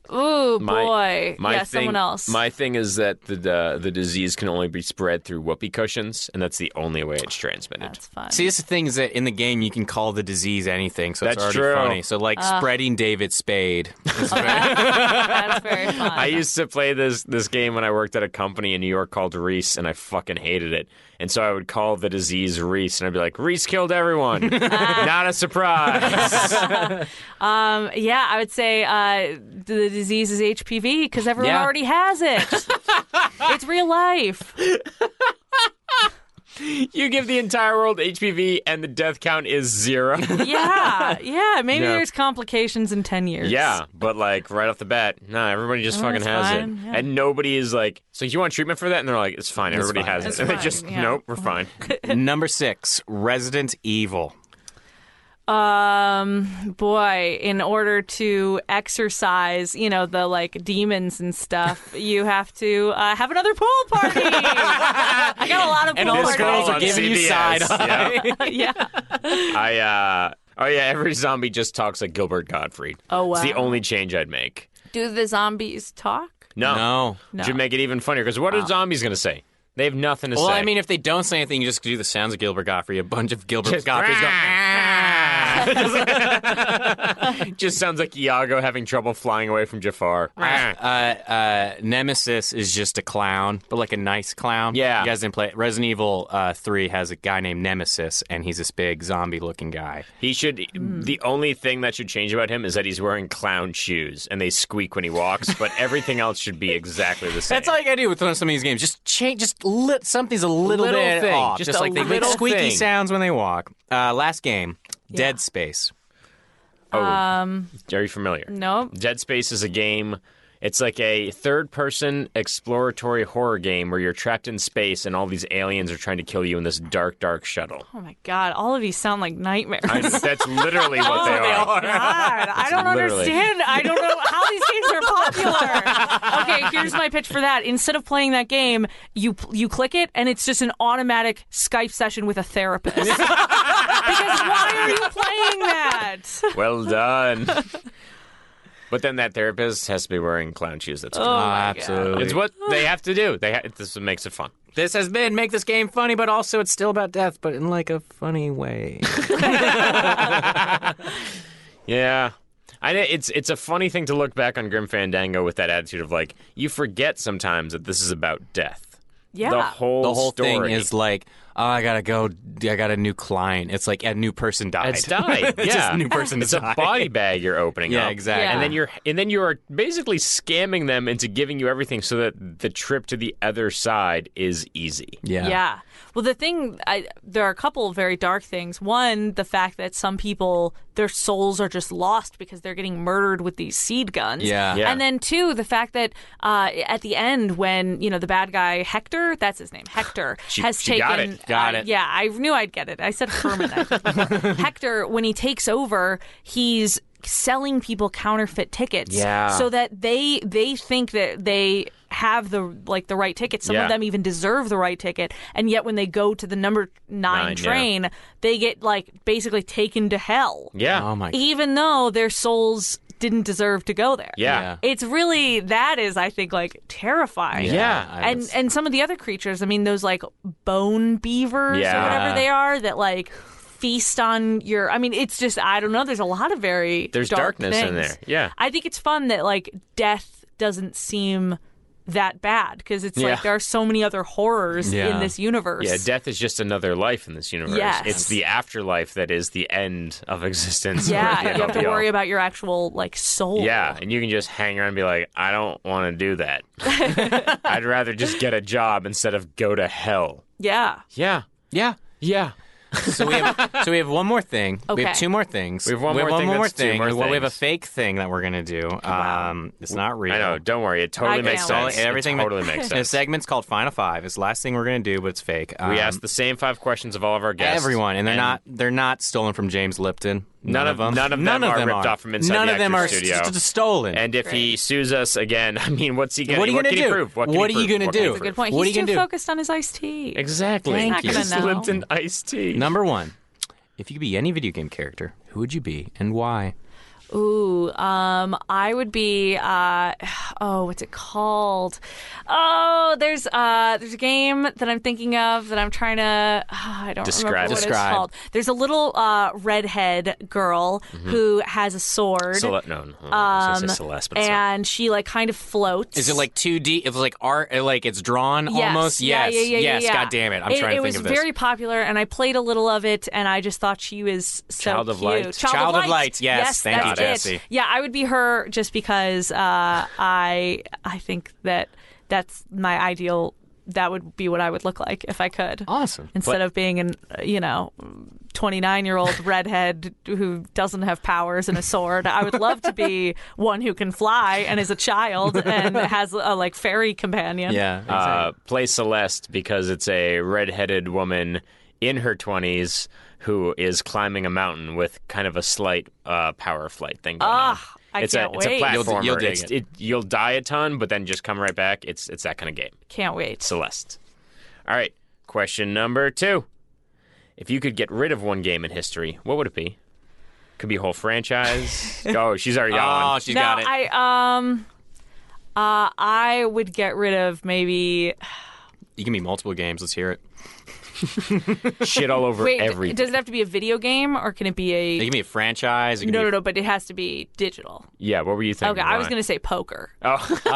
Speaker 3: Ooh boy.
Speaker 2: thing,
Speaker 3: yeah, someone else.
Speaker 2: My thing is that the, the the disease can only be spread through whoopee cushions, and that's the only way it's transmitted.
Speaker 3: That's fun.
Speaker 4: See, this is the thing is that in the game you can call the disease anything, so it's
Speaker 2: That's
Speaker 4: already
Speaker 2: true.
Speaker 4: funny. So like spreading David Spade.
Speaker 3: That's very fun.
Speaker 2: I used to play this this game when I worked at a company in New York called Reese, and I fucking hated it. And so I would call the disease Reese, and I'd be like, Reese killed everyone. Not a surprise.
Speaker 3: um, yeah, I would say uh, the disease is HPV because everyone
Speaker 4: Yeah.
Speaker 3: already has it. it's real life.
Speaker 2: you give the entire world HPV, and the death count is zero.
Speaker 3: Yeah, yeah. Maybe
Speaker 2: Yeah.
Speaker 3: there's complications in ten years.
Speaker 2: Yeah, but like right off the bat, nah, everybody just fucking
Speaker 3: that's
Speaker 2: has
Speaker 3: fine,
Speaker 2: it,
Speaker 3: yeah.
Speaker 2: and nobody is like, so you want treatment for that? And they're like, it's fine, everybody
Speaker 4: fine.
Speaker 2: has
Speaker 3: It's
Speaker 2: it. And they
Speaker 3: fine,
Speaker 2: just
Speaker 3: yeah.
Speaker 2: nope, we're fine.
Speaker 4: Number six, Resident Evil.
Speaker 3: um boy in order to exercise you know the like demons and stuff you have to uh, have another pool party i got a lot of pool
Speaker 1: And all the
Speaker 3: parties
Speaker 1: girls are
Speaker 2: on
Speaker 1: giving you side
Speaker 2: CBS,
Speaker 1: eye.
Speaker 2: yeah.
Speaker 3: yeah
Speaker 2: I uh oh yeah, every zombie just talks like Gilbert Gottfried.
Speaker 3: Oh,
Speaker 2: It's the
Speaker 3: wow.
Speaker 2: only change I'd make.
Speaker 3: do the zombies talk
Speaker 2: No.
Speaker 4: No.
Speaker 3: No.
Speaker 2: Should make it even funnier because what are zombies gonna say? They have nothing to
Speaker 4: Well,
Speaker 2: say.
Speaker 4: I mean, if they don't say anything, you just do the sounds of Gilbert Gottfried. A bunch of Gilbert
Speaker 2: Just-
Speaker 4: Gottfrieds go.
Speaker 2: just sounds like Iago having trouble flying away from Jafar.
Speaker 4: Uh, uh, Nemesis is just a clown, but like a nice clown.
Speaker 2: Yeah.
Speaker 4: You guys didn't play it. Resident Evil uh, 3 has a guy named Nemesis, and he's this big zombie looking guy.
Speaker 2: He should.
Speaker 3: Hmm.
Speaker 2: The only thing that should change about him is that he's wearing clown shoes and they squeak when he walks. But everything else should be exactly the same.
Speaker 4: That's all you gotta do with some of these games. Just change, just lit, something's a little,
Speaker 2: Little
Speaker 4: bit
Speaker 2: thing.
Speaker 4: off.
Speaker 2: Just
Speaker 4: Just,
Speaker 2: a
Speaker 4: like they make
Speaker 2: little
Speaker 4: squeaky
Speaker 2: thing.
Speaker 4: sounds when they walk. Uh, last game, Dead Space.
Speaker 2: Oh,
Speaker 3: um,
Speaker 2: are you familiar?
Speaker 3: no
Speaker 2: Dead Space is a game. It's like a third-person exploratory horror game where you're trapped in space and all these aliens are trying to kill you in this dark, dark shuttle.
Speaker 3: oh my god all of these sound like nightmares
Speaker 2: I- that's literally
Speaker 3: Oh,
Speaker 2: what Oh, they are.
Speaker 3: God, I don't
Speaker 2: Literally.
Speaker 3: understand. I don't know how these games are popular. Okay, here's my pitch for that. Instead of playing that game, you you click it, and it's just an automatic Skype session with a therapist. because why are you playing that?
Speaker 2: Well done. but then that therapist has to be wearing clown shoes. That's
Speaker 4: Oh,
Speaker 3: my God.
Speaker 4: absolutely.
Speaker 2: it's what they have to do. They ha- this makes it fun.
Speaker 4: This has been make this game funny, but also it's still about death, but in like a funny way.
Speaker 2: Yeah. I know it's it's a funny thing to look back on Grim Fandango with that attitude of like you forget sometimes that this is about death.
Speaker 3: Yeah.
Speaker 2: The whole
Speaker 4: the whole
Speaker 2: story
Speaker 4: thing is like, oh, I gotta go. I got a new client. It's like a new person died.
Speaker 2: it's died.
Speaker 4: It's
Speaker 2: yeah.
Speaker 4: just a new person
Speaker 2: It's
Speaker 4: died.
Speaker 2: a body bag you're opening
Speaker 4: Yeah,
Speaker 2: up.
Speaker 4: exactly.
Speaker 3: Yeah.
Speaker 2: And then you're and then you are basically scamming them into giving you everything so that the trip to the other side is easy.
Speaker 4: yeah.
Speaker 3: Yeah. Well, the thing, I, there are a couple of very dark things. One, the fact that some people, their souls are just lost because they're getting murdered with these seed guns.
Speaker 4: Yeah.
Speaker 2: Yeah.
Speaker 3: And then two, the fact that uh, at the end, when you know the bad guy Hector, that's his name, Hector, has
Speaker 2: she
Speaker 3: taken.
Speaker 2: got it.
Speaker 4: Got
Speaker 3: uh,
Speaker 4: it.
Speaker 3: Yeah, I knew I'd get it. I said Herman. I think. Hector, when he takes over, he's selling people counterfeit tickets
Speaker 2: Yeah.
Speaker 3: so that they they think that they have the like the right ticket some
Speaker 2: Yeah.
Speaker 3: of them even deserve the right ticket and yet when they go to the number nine,
Speaker 2: Nine, yeah.
Speaker 3: train they get like basically taken to hell
Speaker 2: Yeah.
Speaker 4: Oh my.
Speaker 3: even though their souls didn't deserve to go there
Speaker 2: Yeah.
Speaker 4: Yeah.
Speaker 3: it's really that is i think like terrifying
Speaker 2: Yeah.
Speaker 4: I
Speaker 3: and
Speaker 4: was-
Speaker 3: and some of the other creatures i mean those like bone beavers
Speaker 2: Yeah.
Speaker 3: or whatever they are that like feast on your i mean it's just i don't know there's a lot of very
Speaker 2: There's
Speaker 3: dark
Speaker 2: darkness in
Speaker 3: things.
Speaker 2: there. Yeah.
Speaker 3: i think it's fun that like death doesn't seem that bad because it's
Speaker 2: Yeah.
Speaker 3: like there are so many other horrors
Speaker 4: Yeah.
Speaker 3: in this universe
Speaker 2: Yeah, death is just another life in this universe.
Speaker 3: Yes.
Speaker 2: It's the afterlife that is the end of existence.
Speaker 3: Yeah,
Speaker 2: or the end
Speaker 3: you have
Speaker 2: of
Speaker 3: to
Speaker 2: the all.
Speaker 3: worry about your actual like soul
Speaker 2: Yeah, and you can just hang around and be like, I don't want to do that. I'd rather just get a job instead of go to hell.
Speaker 3: yeah
Speaker 2: Yeah,
Speaker 4: yeah.
Speaker 2: yeah.
Speaker 4: So we have so we have one more thing. We have
Speaker 3: Okay.
Speaker 4: two more things.
Speaker 2: We have one more thing
Speaker 4: more
Speaker 2: that's two
Speaker 4: thing.
Speaker 2: more
Speaker 4: well, we have a
Speaker 2: things.
Speaker 4: fake thing that we're gonna do. Um, it's not real.
Speaker 2: I know. Don't worry. It totally
Speaker 3: I
Speaker 2: makes
Speaker 3: can't wait.
Speaker 2: sense.
Speaker 4: Everything
Speaker 2: it totally makes
Speaker 4: The
Speaker 2: sense.
Speaker 4: segment's called Final Five. It's the last thing we're gonna do, but it's fake. Um,
Speaker 2: we asked the same five questions of all of our guests.
Speaker 4: everyone, and they're not they're not stolen from James Lipton.
Speaker 2: None
Speaker 4: None,
Speaker 2: of-
Speaker 4: them.
Speaker 2: none of them are ripped off from inside
Speaker 4: None
Speaker 2: the
Speaker 4: of them are
Speaker 2: Actors Studio.
Speaker 4: st- st- stolen.
Speaker 2: And if he sues us again, I mean, what's he going to
Speaker 4: What are you
Speaker 2: going
Speaker 4: gonna
Speaker 2: to
Speaker 4: do?
Speaker 2: Prove? What, can
Speaker 4: What
Speaker 2: he
Speaker 4: are you
Speaker 2: prove?
Speaker 4: gonna
Speaker 2: What
Speaker 4: do?
Speaker 2: can he
Speaker 3: that's a
Speaker 2: prove?
Speaker 3: good point
Speaker 4: What are
Speaker 3: he's
Speaker 4: you gonna
Speaker 3: too
Speaker 4: do?
Speaker 3: focused on his iced tea
Speaker 2: Exactly.
Speaker 3: He's not gonna
Speaker 2: Just
Speaker 3: know.
Speaker 2: lived in iced tea.
Speaker 4: Number one, if you could be any video game character, who would you be and why?
Speaker 3: Ooh, um, I would be. Uh, oh, what's it called? Oh, there's uh, there's a game that I'm thinking of that I'm trying to. oh, I don't
Speaker 2: Describe.
Speaker 3: remember what
Speaker 4: Describe.
Speaker 3: it's called. There's a little uh, redhead girl who has a sword,
Speaker 2: Mm-hmm. Cele- no, no, I
Speaker 3: Um,
Speaker 2: was gonna say Celeste, but it's not.
Speaker 3: and she like kind of floats.
Speaker 4: Is it like 2D? It's like art, like it's drawn
Speaker 3: Yes.
Speaker 4: almost?
Speaker 3: Yeah,
Speaker 4: Yes.
Speaker 3: yeah, yeah, yeah,
Speaker 4: yes.
Speaker 3: yeah.
Speaker 4: God damn it. I'm trying to think
Speaker 3: was
Speaker 4: of this.
Speaker 3: very popular, and I played a little of it, and I just thought she was so
Speaker 2: Child of
Speaker 3: cute.
Speaker 2: Light.
Speaker 4: Child of Light, yes, thank
Speaker 3: that's
Speaker 4: you,
Speaker 3: it.
Speaker 4: Jesse.
Speaker 3: Yeah, I would be her just because uh, I I think that that's my ideal. That would be what I would look like if I could.
Speaker 4: awesome.
Speaker 3: Instead of being an uh, you know. 29 year old redhead who doesn't have powers and a sword. I would love to be one who can fly and is a child and has a like fairy companion.
Speaker 4: Yeah. Uh,
Speaker 2: Uh, play Celeste because it's a redheaded woman in her 20s who is climbing a mountain with kind of a slight uh, power flight thing going on.
Speaker 3: Ah, I
Speaker 2: it's
Speaker 3: can't
Speaker 2: a, It's a
Speaker 3: wait. You'll-
Speaker 2: platformer.
Speaker 4: you'll dig
Speaker 2: It's-
Speaker 4: it.
Speaker 2: You'll die a ton, but then just come right back. It's it's that kind of game.
Speaker 3: Can't wait.
Speaker 2: Celeste. All right. Question number two. If you could get rid of one game in history, what would it be? Could be a whole franchise. oh, she's already got one.
Speaker 4: Oh, she's
Speaker 3: no,
Speaker 4: got it.
Speaker 3: I um, uh, I would get rid of maybe.
Speaker 4: you can be multiple games. Let's hear it.
Speaker 2: Ah, Shit all over
Speaker 3: Wait, d-
Speaker 2: everything.
Speaker 3: does it have to be a video game or can it be
Speaker 4: It
Speaker 3: a?
Speaker 4: can be a franchise. It can
Speaker 3: No,
Speaker 4: be
Speaker 3: no, no. But it has to be digital.
Speaker 2: yeah, what were you thinking?
Speaker 3: Okay, I was
Speaker 2: Ryan?
Speaker 3: gonna say poker
Speaker 2: Oh,
Speaker 3: because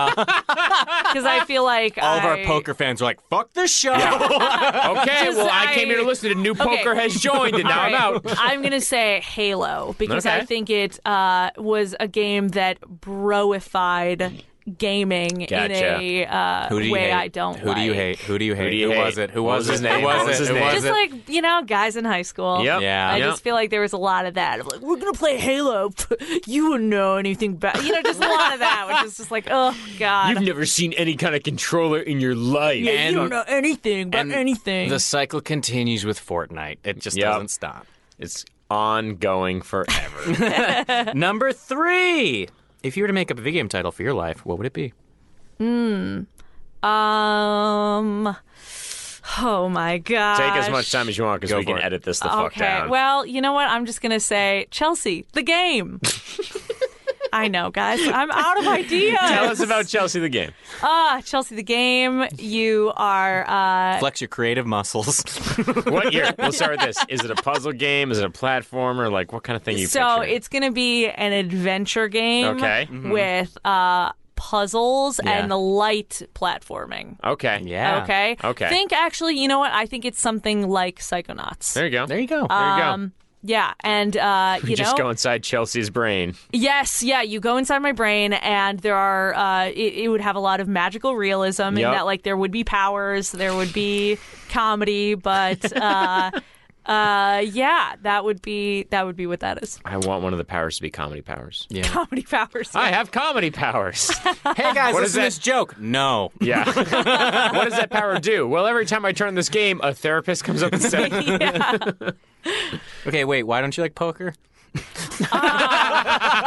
Speaker 3: I feel like
Speaker 4: All of our
Speaker 3: I-
Speaker 4: poker fans are like, "Fuck this show."
Speaker 2: okay.
Speaker 3: Just
Speaker 2: well, I,
Speaker 3: I-
Speaker 2: came here to listen. to new poker has joined, and
Speaker 3: All
Speaker 2: now I'm out.
Speaker 3: right. I'm gonna say Halo because I
Speaker 2: Okay.
Speaker 3: think it uh, was a game that broified gaming in
Speaker 2: Gotcha.
Speaker 3: a uh,
Speaker 4: Who do you
Speaker 3: way
Speaker 4: hate?
Speaker 3: I don't.
Speaker 4: Who do you
Speaker 3: like.
Speaker 4: hate? Who do you hate? Who,
Speaker 2: do you hate?
Speaker 4: was it? Who
Speaker 2: What
Speaker 4: was,
Speaker 2: was his
Speaker 4: it?
Speaker 2: name?
Speaker 4: Who was
Speaker 2: What was
Speaker 4: it?
Speaker 2: his
Speaker 4: Who
Speaker 2: name?
Speaker 4: was
Speaker 3: Just
Speaker 4: it?
Speaker 3: like you know, guys in high school.
Speaker 2: Yep.
Speaker 4: Yeah.
Speaker 3: I
Speaker 4: Yep.
Speaker 3: just feel like there was a lot of that. Of like, we're gonna play Halo. you wouldn't know anything about. You know, just a lot of that, which is just like, oh god,
Speaker 2: You've never seen any kind of controller in your life.
Speaker 3: Yeah,
Speaker 4: And-
Speaker 3: you don't know anything about
Speaker 4: and
Speaker 3: anything.
Speaker 4: The cycle continues with Fortnite. It just
Speaker 2: Yep.
Speaker 4: doesn't stop.
Speaker 2: It's ongoing forever.
Speaker 4: Number three. If you were to make up a video game title for your life, what would it be?
Speaker 3: Um. Oh my god.
Speaker 2: Take as much time as you want because
Speaker 4: Go
Speaker 2: we can
Speaker 4: for it.
Speaker 2: edit this the fuck
Speaker 3: Okay.
Speaker 2: down.
Speaker 3: Well, you know what? I'm just gonna say Chelsea, the game. I know, guys. I'm out of ideas.
Speaker 2: Tell us about Chelsea the game.
Speaker 3: ah Chelsea the game. You are uh,
Speaker 4: Flex your creative muscles.
Speaker 2: What year? We'll start with this. Is it a puzzle game? Is it a platformer? Like what kind of thing you
Speaker 3: so
Speaker 2: picturing?
Speaker 3: it's gonna be an adventure game.
Speaker 2: Okay. Mhm.
Speaker 3: With uh, puzzles
Speaker 4: Yeah.
Speaker 3: and light platforming.
Speaker 2: okay.
Speaker 4: yeah.
Speaker 3: Okay.
Speaker 2: Okay.
Speaker 3: Think actually, you know what? I think it's something like Psychonauts. Um,
Speaker 2: There you go.
Speaker 4: There you go.
Speaker 2: There you go.
Speaker 3: Yeah, and uh, you
Speaker 2: just
Speaker 3: know,
Speaker 2: go inside Chelsea's brain.
Speaker 3: yes, yeah, you go inside my brain, and there are uh, it, it would have a lot of magical realism in
Speaker 2: Yep.
Speaker 3: that, like there would be powers, there would be comedy, but uh, uh, yeah, that would be that would be what that is.
Speaker 2: I want one of the powers to be comedy powers.
Speaker 4: yeah.
Speaker 3: Comedy powers.
Speaker 2: I have comedy powers.
Speaker 4: hey guys,
Speaker 2: What
Speaker 4: what
Speaker 2: is
Speaker 4: is this joke? No.
Speaker 2: yeah. what does that power do? Well, every time I turn this game, a therapist comes up and says,
Speaker 3: Yeah.
Speaker 4: Okay, wait. Why don't you like poker?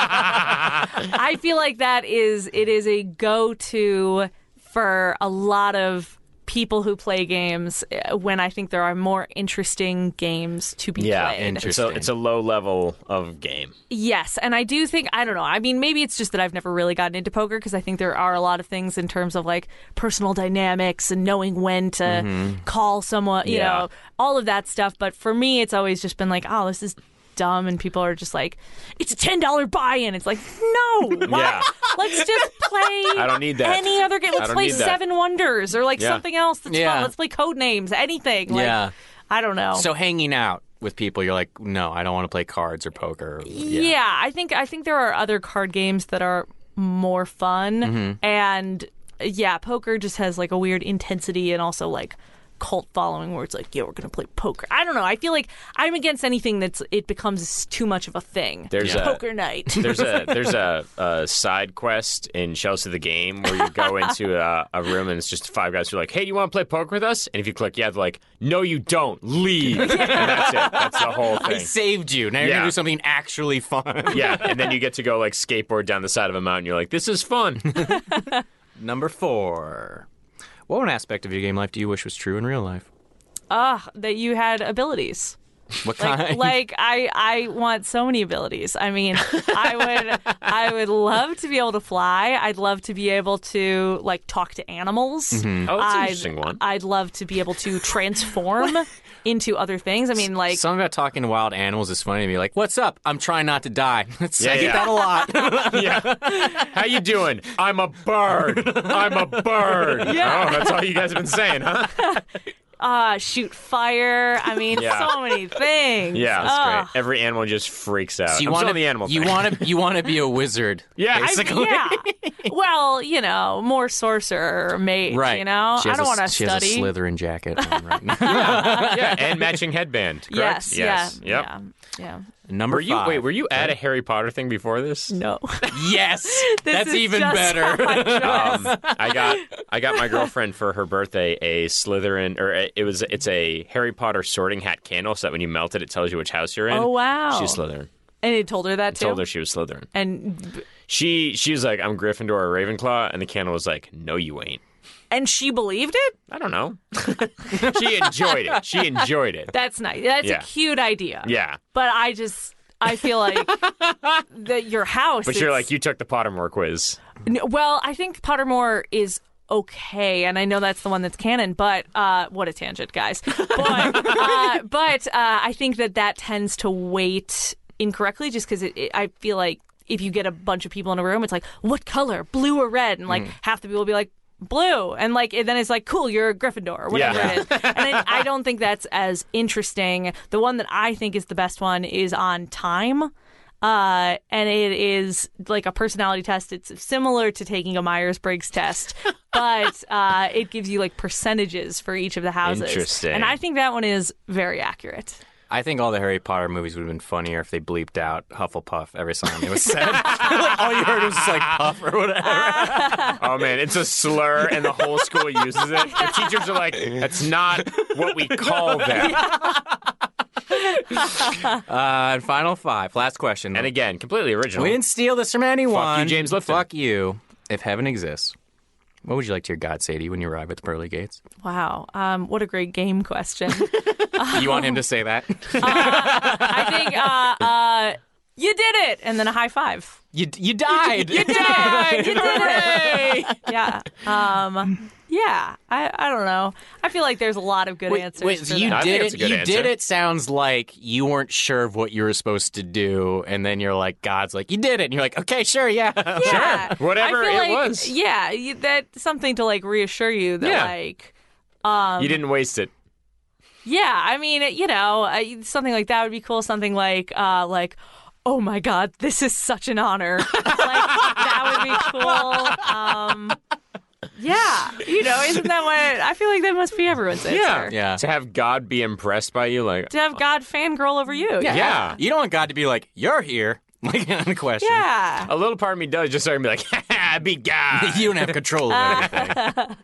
Speaker 3: I feel like that is it is a go to for a lot of people who play games uh, when I think there are more interesting games to be
Speaker 2: "Yeah,
Speaker 3: played.
Speaker 2: it's a it's a low level of game."
Speaker 3: Yes, and I do think I don't know. I mean, maybe it's just that I've never really gotten into poker because I think there are a lot of things in terms of like personal dynamics and knowing when to call someone, you
Speaker 2: Mm-hmm. Yeah.
Speaker 3: know, all of that stuff. But for me, it's always just been like, oh, this is dumb, and people are just like, it's a ten dollar buy-in. It's like, no, why?
Speaker 2: Yeah.
Speaker 3: Let's just play. I
Speaker 2: don't need that.
Speaker 3: Any other game? Let's
Speaker 2: don't
Speaker 3: play
Speaker 2: need that.
Speaker 3: Seven Wonders or like
Speaker 2: Yeah.
Speaker 3: something else that's
Speaker 4: Yeah.
Speaker 3: fun. Let's play Code Names. Anything. Like,
Speaker 4: Yeah.
Speaker 3: I don't know.
Speaker 4: So hanging out with people, you're like, no, I don't want to play cards or poker. Yeah.
Speaker 3: Yeah. I think I think there are other card games that are more fun,
Speaker 2: Mm-hmm.
Speaker 3: and uh, yeah, poker just has like a weird intensity and also like cult following where it's like, yeah, we're gonna play poker. I don't know. I feel like I'm against anything that's it becomes too much of a thing.
Speaker 2: There's a-
Speaker 3: poker night.
Speaker 2: There's a there's a, a side quest in Chelsea the game where you go into a, a room and it's just five guys who are like, "Hey, you want to play poker with us?" And if you click yeah, they're like, "No, you don't. Leave." and that's it. That's the whole
Speaker 4: I
Speaker 2: thing.
Speaker 4: saved you. Now you're
Speaker 2: Yeah.
Speaker 4: gonna do something actually fun.
Speaker 2: Yeah, and then you get to go like skateboard down the side of a mountain. You're like, "This is fun." Oh,
Speaker 4: Number four. What one aspect of your game life do you wish was true in real life?
Speaker 3: Ugh, that you had abilities.
Speaker 4: What kind?
Speaker 3: like I, I want so many abilities. I mean, I would, I would love to be able to fly. I'd love to be able to like talk to animals.
Speaker 2: Oh, that's an
Speaker 3: I'd,
Speaker 2: interesting one.
Speaker 3: I'd love to be able to transform into other things. I mean, like
Speaker 4: Something about talking to wild animals is funny to me. Like, what's up? I'm trying not to die. It's-
Speaker 2: Yeah,
Speaker 4: I
Speaker 2: yeah.
Speaker 4: get that a lot.
Speaker 2: yeah. How you doing? I'm a bird. I'm a bird. Yeah. Oh, that's all you guys have been saying, huh?
Speaker 3: uh, shoot fire. I mean,
Speaker 2: Yeah.
Speaker 3: so many things.
Speaker 2: Yeah,
Speaker 3: Ugh.
Speaker 2: that's great. Ah. Every animal just freaks out. I'm still
Speaker 4: wanna-
Speaker 2: Uh, on the animal
Speaker 4: You
Speaker 2: thing.
Speaker 4: want to? You want to be a wizard?
Speaker 2: Yeah, I-
Speaker 4: basically.
Speaker 3: Yeah. Well, you know, more sorcerer or mage.
Speaker 4: Right.
Speaker 3: You know,
Speaker 4: She
Speaker 3: I
Speaker 4: has
Speaker 3: don't
Speaker 4: a-
Speaker 3: want to
Speaker 4: She has
Speaker 3: study.
Speaker 4: a Slytherin jacket on right now.
Speaker 2: yeah, and matching headband. Correct?
Speaker 3: yes.
Speaker 2: Yes.
Speaker 3: Yeah.
Speaker 2: Yep.
Speaker 3: Yeah. Yeah.
Speaker 4: Number
Speaker 2: Were you
Speaker 4: five.
Speaker 2: wait? Were you at a Harry Potter thing before this?
Speaker 3: No.
Speaker 4: Yes,
Speaker 3: This
Speaker 4: that's
Speaker 3: is
Speaker 4: even
Speaker 3: just
Speaker 4: better.
Speaker 3: how I dress.
Speaker 2: Um, I got I got my girlfriend for her birthday a Slytherin or a, it was it's a Harry Potter Sorting Hat candle, so that when you melt it, it tells you which house you're in.
Speaker 3: Oh, wow.
Speaker 2: she's Slytherin.
Speaker 3: and he told her that too.
Speaker 2: Told her she was Slytherin.
Speaker 3: And
Speaker 2: She she was like, I'm Gryffindor or Ravenclaw, and the candle was like, No, you ain't.
Speaker 3: and she believed it.
Speaker 2: I don't know. she enjoyed it. She enjoyed it.
Speaker 3: That's nice. That's
Speaker 2: Yeah.
Speaker 3: a cute idea.
Speaker 2: Yeah.
Speaker 3: But I just I feel like that your house.
Speaker 2: But you're
Speaker 3: is-
Speaker 2: like, you took the Pottermore quiz.
Speaker 3: N- Well, I think Pottermore is okay, and I know that's the one that's canon. But uh, what a tangent, guys! But uh, but uh, I think that that tends to weight incorrectly, just because it, it, I feel like if you get a bunch of people in a room, it's like what color, blue or red, and like half the people will be like blue, and like and then it's like cool, you're a Gryffindor, or whatever
Speaker 2: Yeah.
Speaker 3: it is. And I, I don't think that's as interesting. The one that I think is the best one is on time uh, and it is like a personality test. It's similar to taking a Myers Briggs test, but uh, it gives you like percentages for each of the houses.
Speaker 2: Interesting.
Speaker 3: And I think that one is very accurate.
Speaker 4: I think all the Harry Potter movies would have been funnier if they bleeped out Hufflepuff every time it was said. Like, all you heard was just like uh, puff or whatever.
Speaker 2: Oh man, it's a slur, and the whole school uses it. The teachers are like, that's not what we call them.
Speaker 4: Uh, and final five, last question.
Speaker 3: Oh.
Speaker 2: And again, completely original.
Speaker 4: we didn't steal this from anyone.
Speaker 2: James Lipton.
Speaker 4: Fuck you. If heaven exists, what would you like to hear God say to you when you arrive at the pearly gates?
Speaker 3: Wow. Um, what a great game question.
Speaker 4: You want him to say that?
Speaker 3: I think uh, uh, you did it. And then a high five.
Speaker 4: you you died. you
Speaker 3: died. You did it. Yeah. Um, yeah. I, I don't know. I feel like there's a lot of good answers.
Speaker 4: Wait,
Speaker 3: for
Speaker 4: you
Speaker 3: that.
Speaker 2: I think
Speaker 4: did
Speaker 2: it's
Speaker 4: it.
Speaker 2: a good
Speaker 4: You
Speaker 2: answer.
Speaker 4: did it. Sounds like you weren't sure of what you were supposed to do, and then you're like, God's like, you did it. And you're like, okay, sure, yeah.
Speaker 3: yeah.
Speaker 2: Sure. Whatever
Speaker 3: I feel
Speaker 2: it
Speaker 3: like-
Speaker 2: was.
Speaker 3: Yeah, you- that's something to like reassure you that
Speaker 2: Yeah.
Speaker 3: like
Speaker 2: you didn't waste it.
Speaker 3: yeah, I mean, you know, uh, something like that would be cool. Something like uh like oh my god, this is such an honor. like that would be cool. Um yeah, you know, isn't that what I feel like that must be everyone's answer.
Speaker 4: Yeah.
Speaker 2: To have God be impressed by you, like,
Speaker 3: To have God fangirl over you.
Speaker 2: yeah.
Speaker 4: You don't want God to be like, you're here. Like, on the question.
Speaker 3: Yeah.
Speaker 2: A little part of me does just so I can be like, "Ha, ha, I beat God.
Speaker 4: You don't have control of everything.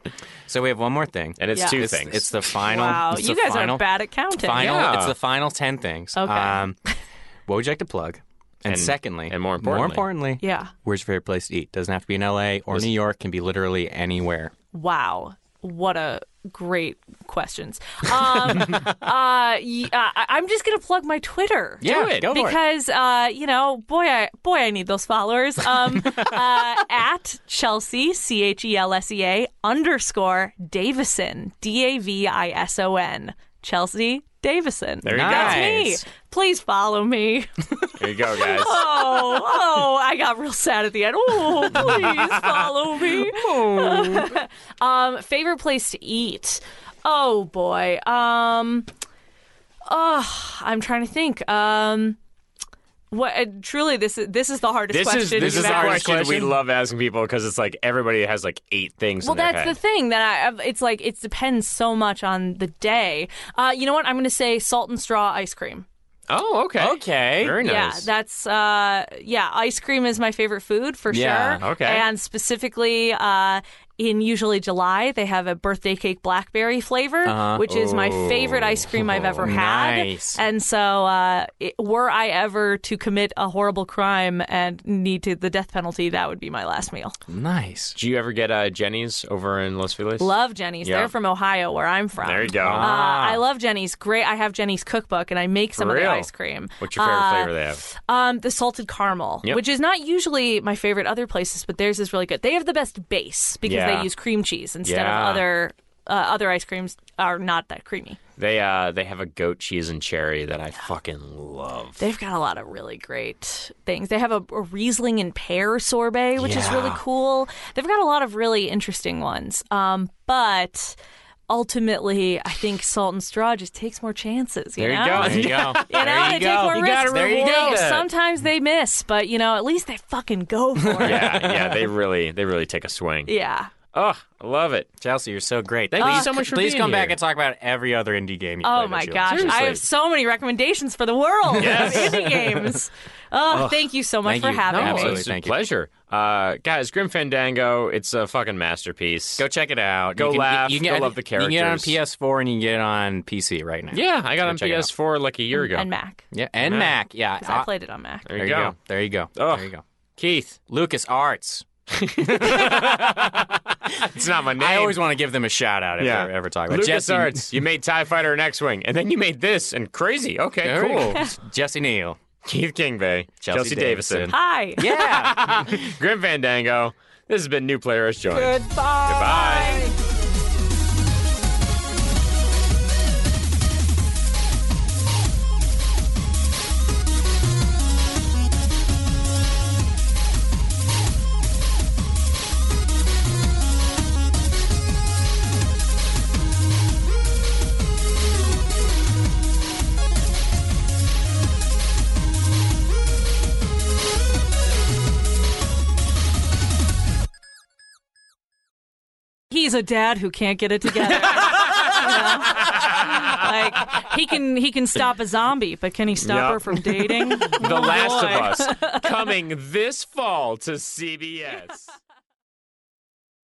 Speaker 4: so we have one more thing.
Speaker 2: And it's
Speaker 3: Yeah.
Speaker 2: two
Speaker 4: it's,
Speaker 2: things.
Speaker 4: It's the final.
Speaker 3: Wow,
Speaker 4: it's
Speaker 3: you
Speaker 4: the
Speaker 3: guys
Speaker 4: final,
Speaker 3: are bad at counting.
Speaker 4: Final.
Speaker 2: Yeah.
Speaker 4: It's the final ten things.
Speaker 3: Okay.
Speaker 4: Um, what would you like to plug? And,
Speaker 2: And-
Speaker 4: secondly,
Speaker 2: and more
Speaker 4: more
Speaker 2: importantly-
Speaker 4: importantly,
Speaker 3: Yeah.
Speaker 4: where's your favorite place to eat? Doesn't have to be in L.A. or New York. Can be literally anywhere.
Speaker 3: Wow. What a great questions. Um, uh, y- uh, I- I'm just going to plug my Twitter.
Speaker 4: yeah,
Speaker 2: it.
Speaker 4: go for it.
Speaker 3: Because uh, you know, boy, I boy, I need those followers. Um, uh, at Chelsea C H E L S E A underscore Davison D A V I S O N Chelsea Davison.
Speaker 2: There you go.
Speaker 3: That's me.
Speaker 4: Nice.
Speaker 3: Please follow me.
Speaker 2: There you go, guys.
Speaker 3: Oh, oh, I got real sad at the end. Oh, please follow me. um, favorite place to eat? Oh boy. Um Oh, I'm trying to think. Um what uh, truly this is this is the hardest
Speaker 2: This
Speaker 3: question.
Speaker 2: is this
Speaker 3: you've
Speaker 2: is the
Speaker 3: ever-
Speaker 2: question, we
Speaker 4: question.
Speaker 2: love asking people because it's like everybody has like eight things.
Speaker 3: well,
Speaker 2: in their
Speaker 3: that's
Speaker 2: head.
Speaker 3: the thing that I, it's like it depends so much on the day. Uh, you know what? I'm going to say salt and straw ice cream.
Speaker 2: Oh, okay.
Speaker 4: Okay.
Speaker 2: Very
Speaker 3: Yeah,
Speaker 2: nice.
Speaker 3: that's uh yeah, ice cream is my favorite food for
Speaker 4: Yeah,
Speaker 3: sure.
Speaker 2: okay.
Speaker 3: And specifically uh in usually July, they have a birthday cake blackberry flavor,
Speaker 2: Uh-huh.
Speaker 3: which is my favorite ice cream I've
Speaker 2: Oh,
Speaker 3: ever had.
Speaker 4: Nice.
Speaker 3: And so, uh, it- were I ever to commit a horrible crime and need to the death penalty, that would be my last meal.
Speaker 4: Nice.
Speaker 2: Do you ever get uh, Jenny's over in Los Feliz?
Speaker 3: Love Jenny's.
Speaker 2: Yeah.
Speaker 3: They're from Ohio, where I'm from.
Speaker 2: There you go. Ah.
Speaker 3: Uh, I love Jenny's. Great. I have Jenny's cookbook, and I make some of
Speaker 2: Real.
Speaker 3: the ice cream.
Speaker 2: What's your favorite
Speaker 3: Uh,
Speaker 2: flavor they have?
Speaker 3: Um, the salted caramel, which is not usually my favorite other places, but theirs is really good. They have the best base because
Speaker 2: Yeah.
Speaker 3: they use cream cheese instead
Speaker 2: Yeah.
Speaker 3: of other uh, other ice creams are not that creamy.
Speaker 2: They uh they have a goat cheese and cherry that I fucking love.
Speaker 3: They've got a lot of really great things. They have a, a Riesling and pear sorbet, which is really cool. They've got a lot of really interesting ones. Um, but ultimately, I think salt and straw just takes more chances. You
Speaker 2: There
Speaker 3: know?
Speaker 2: you go.
Speaker 4: There you go.
Speaker 3: You know,
Speaker 4: there
Speaker 3: they
Speaker 4: you
Speaker 3: take
Speaker 4: go.
Speaker 3: more risks.
Speaker 4: There you go.
Speaker 3: Sometimes they miss, but you know, at least they fucking go for it.
Speaker 2: yeah, yeah, they really they really take a swing.
Speaker 3: Yeah.
Speaker 2: Oh, I love it.
Speaker 4: Chelsea, you're so great.
Speaker 2: Thank
Speaker 4: please,
Speaker 2: you so much for
Speaker 4: please
Speaker 2: being
Speaker 4: come back
Speaker 2: here.
Speaker 4: and talk about every other indie game. You
Speaker 3: Oh
Speaker 4: played
Speaker 3: my
Speaker 4: that you
Speaker 3: gosh,
Speaker 4: liked.
Speaker 3: I
Speaker 2: Seriously.
Speaker 3: have so many recommendations for the world
Speaker 2: Yes.
Speaker 3: of indie games. Oh, thank you so much
Speaker 4: Thank
Speaker 3: for
Speaker 4: you.
Speaker 3: having
Speaker 4: No,
Speaker 3: me.
Speaker 4: Absolutely,
Speaker 2: it's a
Speaker 4: thank you.
Speaker 2: pleasure. Uh, guys, Grim Fandango, it's a fucking masterpiece.
Speaker 4: Go check it out.
Speaker 2: Go
Speaker 4: you can,
Speaker 2: laugh,
Speaker 4: You, you can
Speaker 2: go
Speaker 4: get,
Speaker 2: love the
Speaker 4: You can get it on
Speaker 2: characters.
Speaker 4: PS4 and you can get it on PC right now.
Speaker 2: yeah, I got
Speaker 4: Go
Speaker 2: on
Speaker 4: check it out.
Speaker 2: PS4 like a year ago.
Speaker 3: And Mac,
Speaker 4: Yeah, and Mac. Yeah,
Speaker 3: because I
Speaker 4: uh,
Speaker 3: played it on Mac.
Speaker 2: Ah. there
Speaker 4: There
Speaker 2: you
Speaker 4: you
Speaker 2: go.
Speaker 4: go. Oh. There you go.
Speaker 2: Ugh.
Speaker 4: There you go.
Speaker 2: Keith.
Speaker 4: Lucas Arts.
Speaker 2: It's not my name.
Speaker 4: I always want to give them a shout out if
Speaker 2: Yeah.
Speaker 4: they ever talk about it.
Speaker 2: Lucas
Speaker 4: Jesse,
Speaker 2: Arts. You made TIE Fighter and X Wing, and then you made this and crazy. Okay,
Speaker 4: Very
Speaker 2: cool.
Speaker 4: Jesse Neal.
Speaker 2: Keith Kingbay, Chelsea, Davison,
Speaker 3: Hi.
Speaker 4: Yeah.
Speaker 2: Grim Fandango. This has been New Player Us Joined. Goodbye.
Speaker 3: He's a dad who can't get it together. You know? Like he can he can stop a zombie, but can he stop
Speaker 2: Yeah.
Speaker 3: her from dating?
Speaker 2: The Last of Us coming this fall to CBS.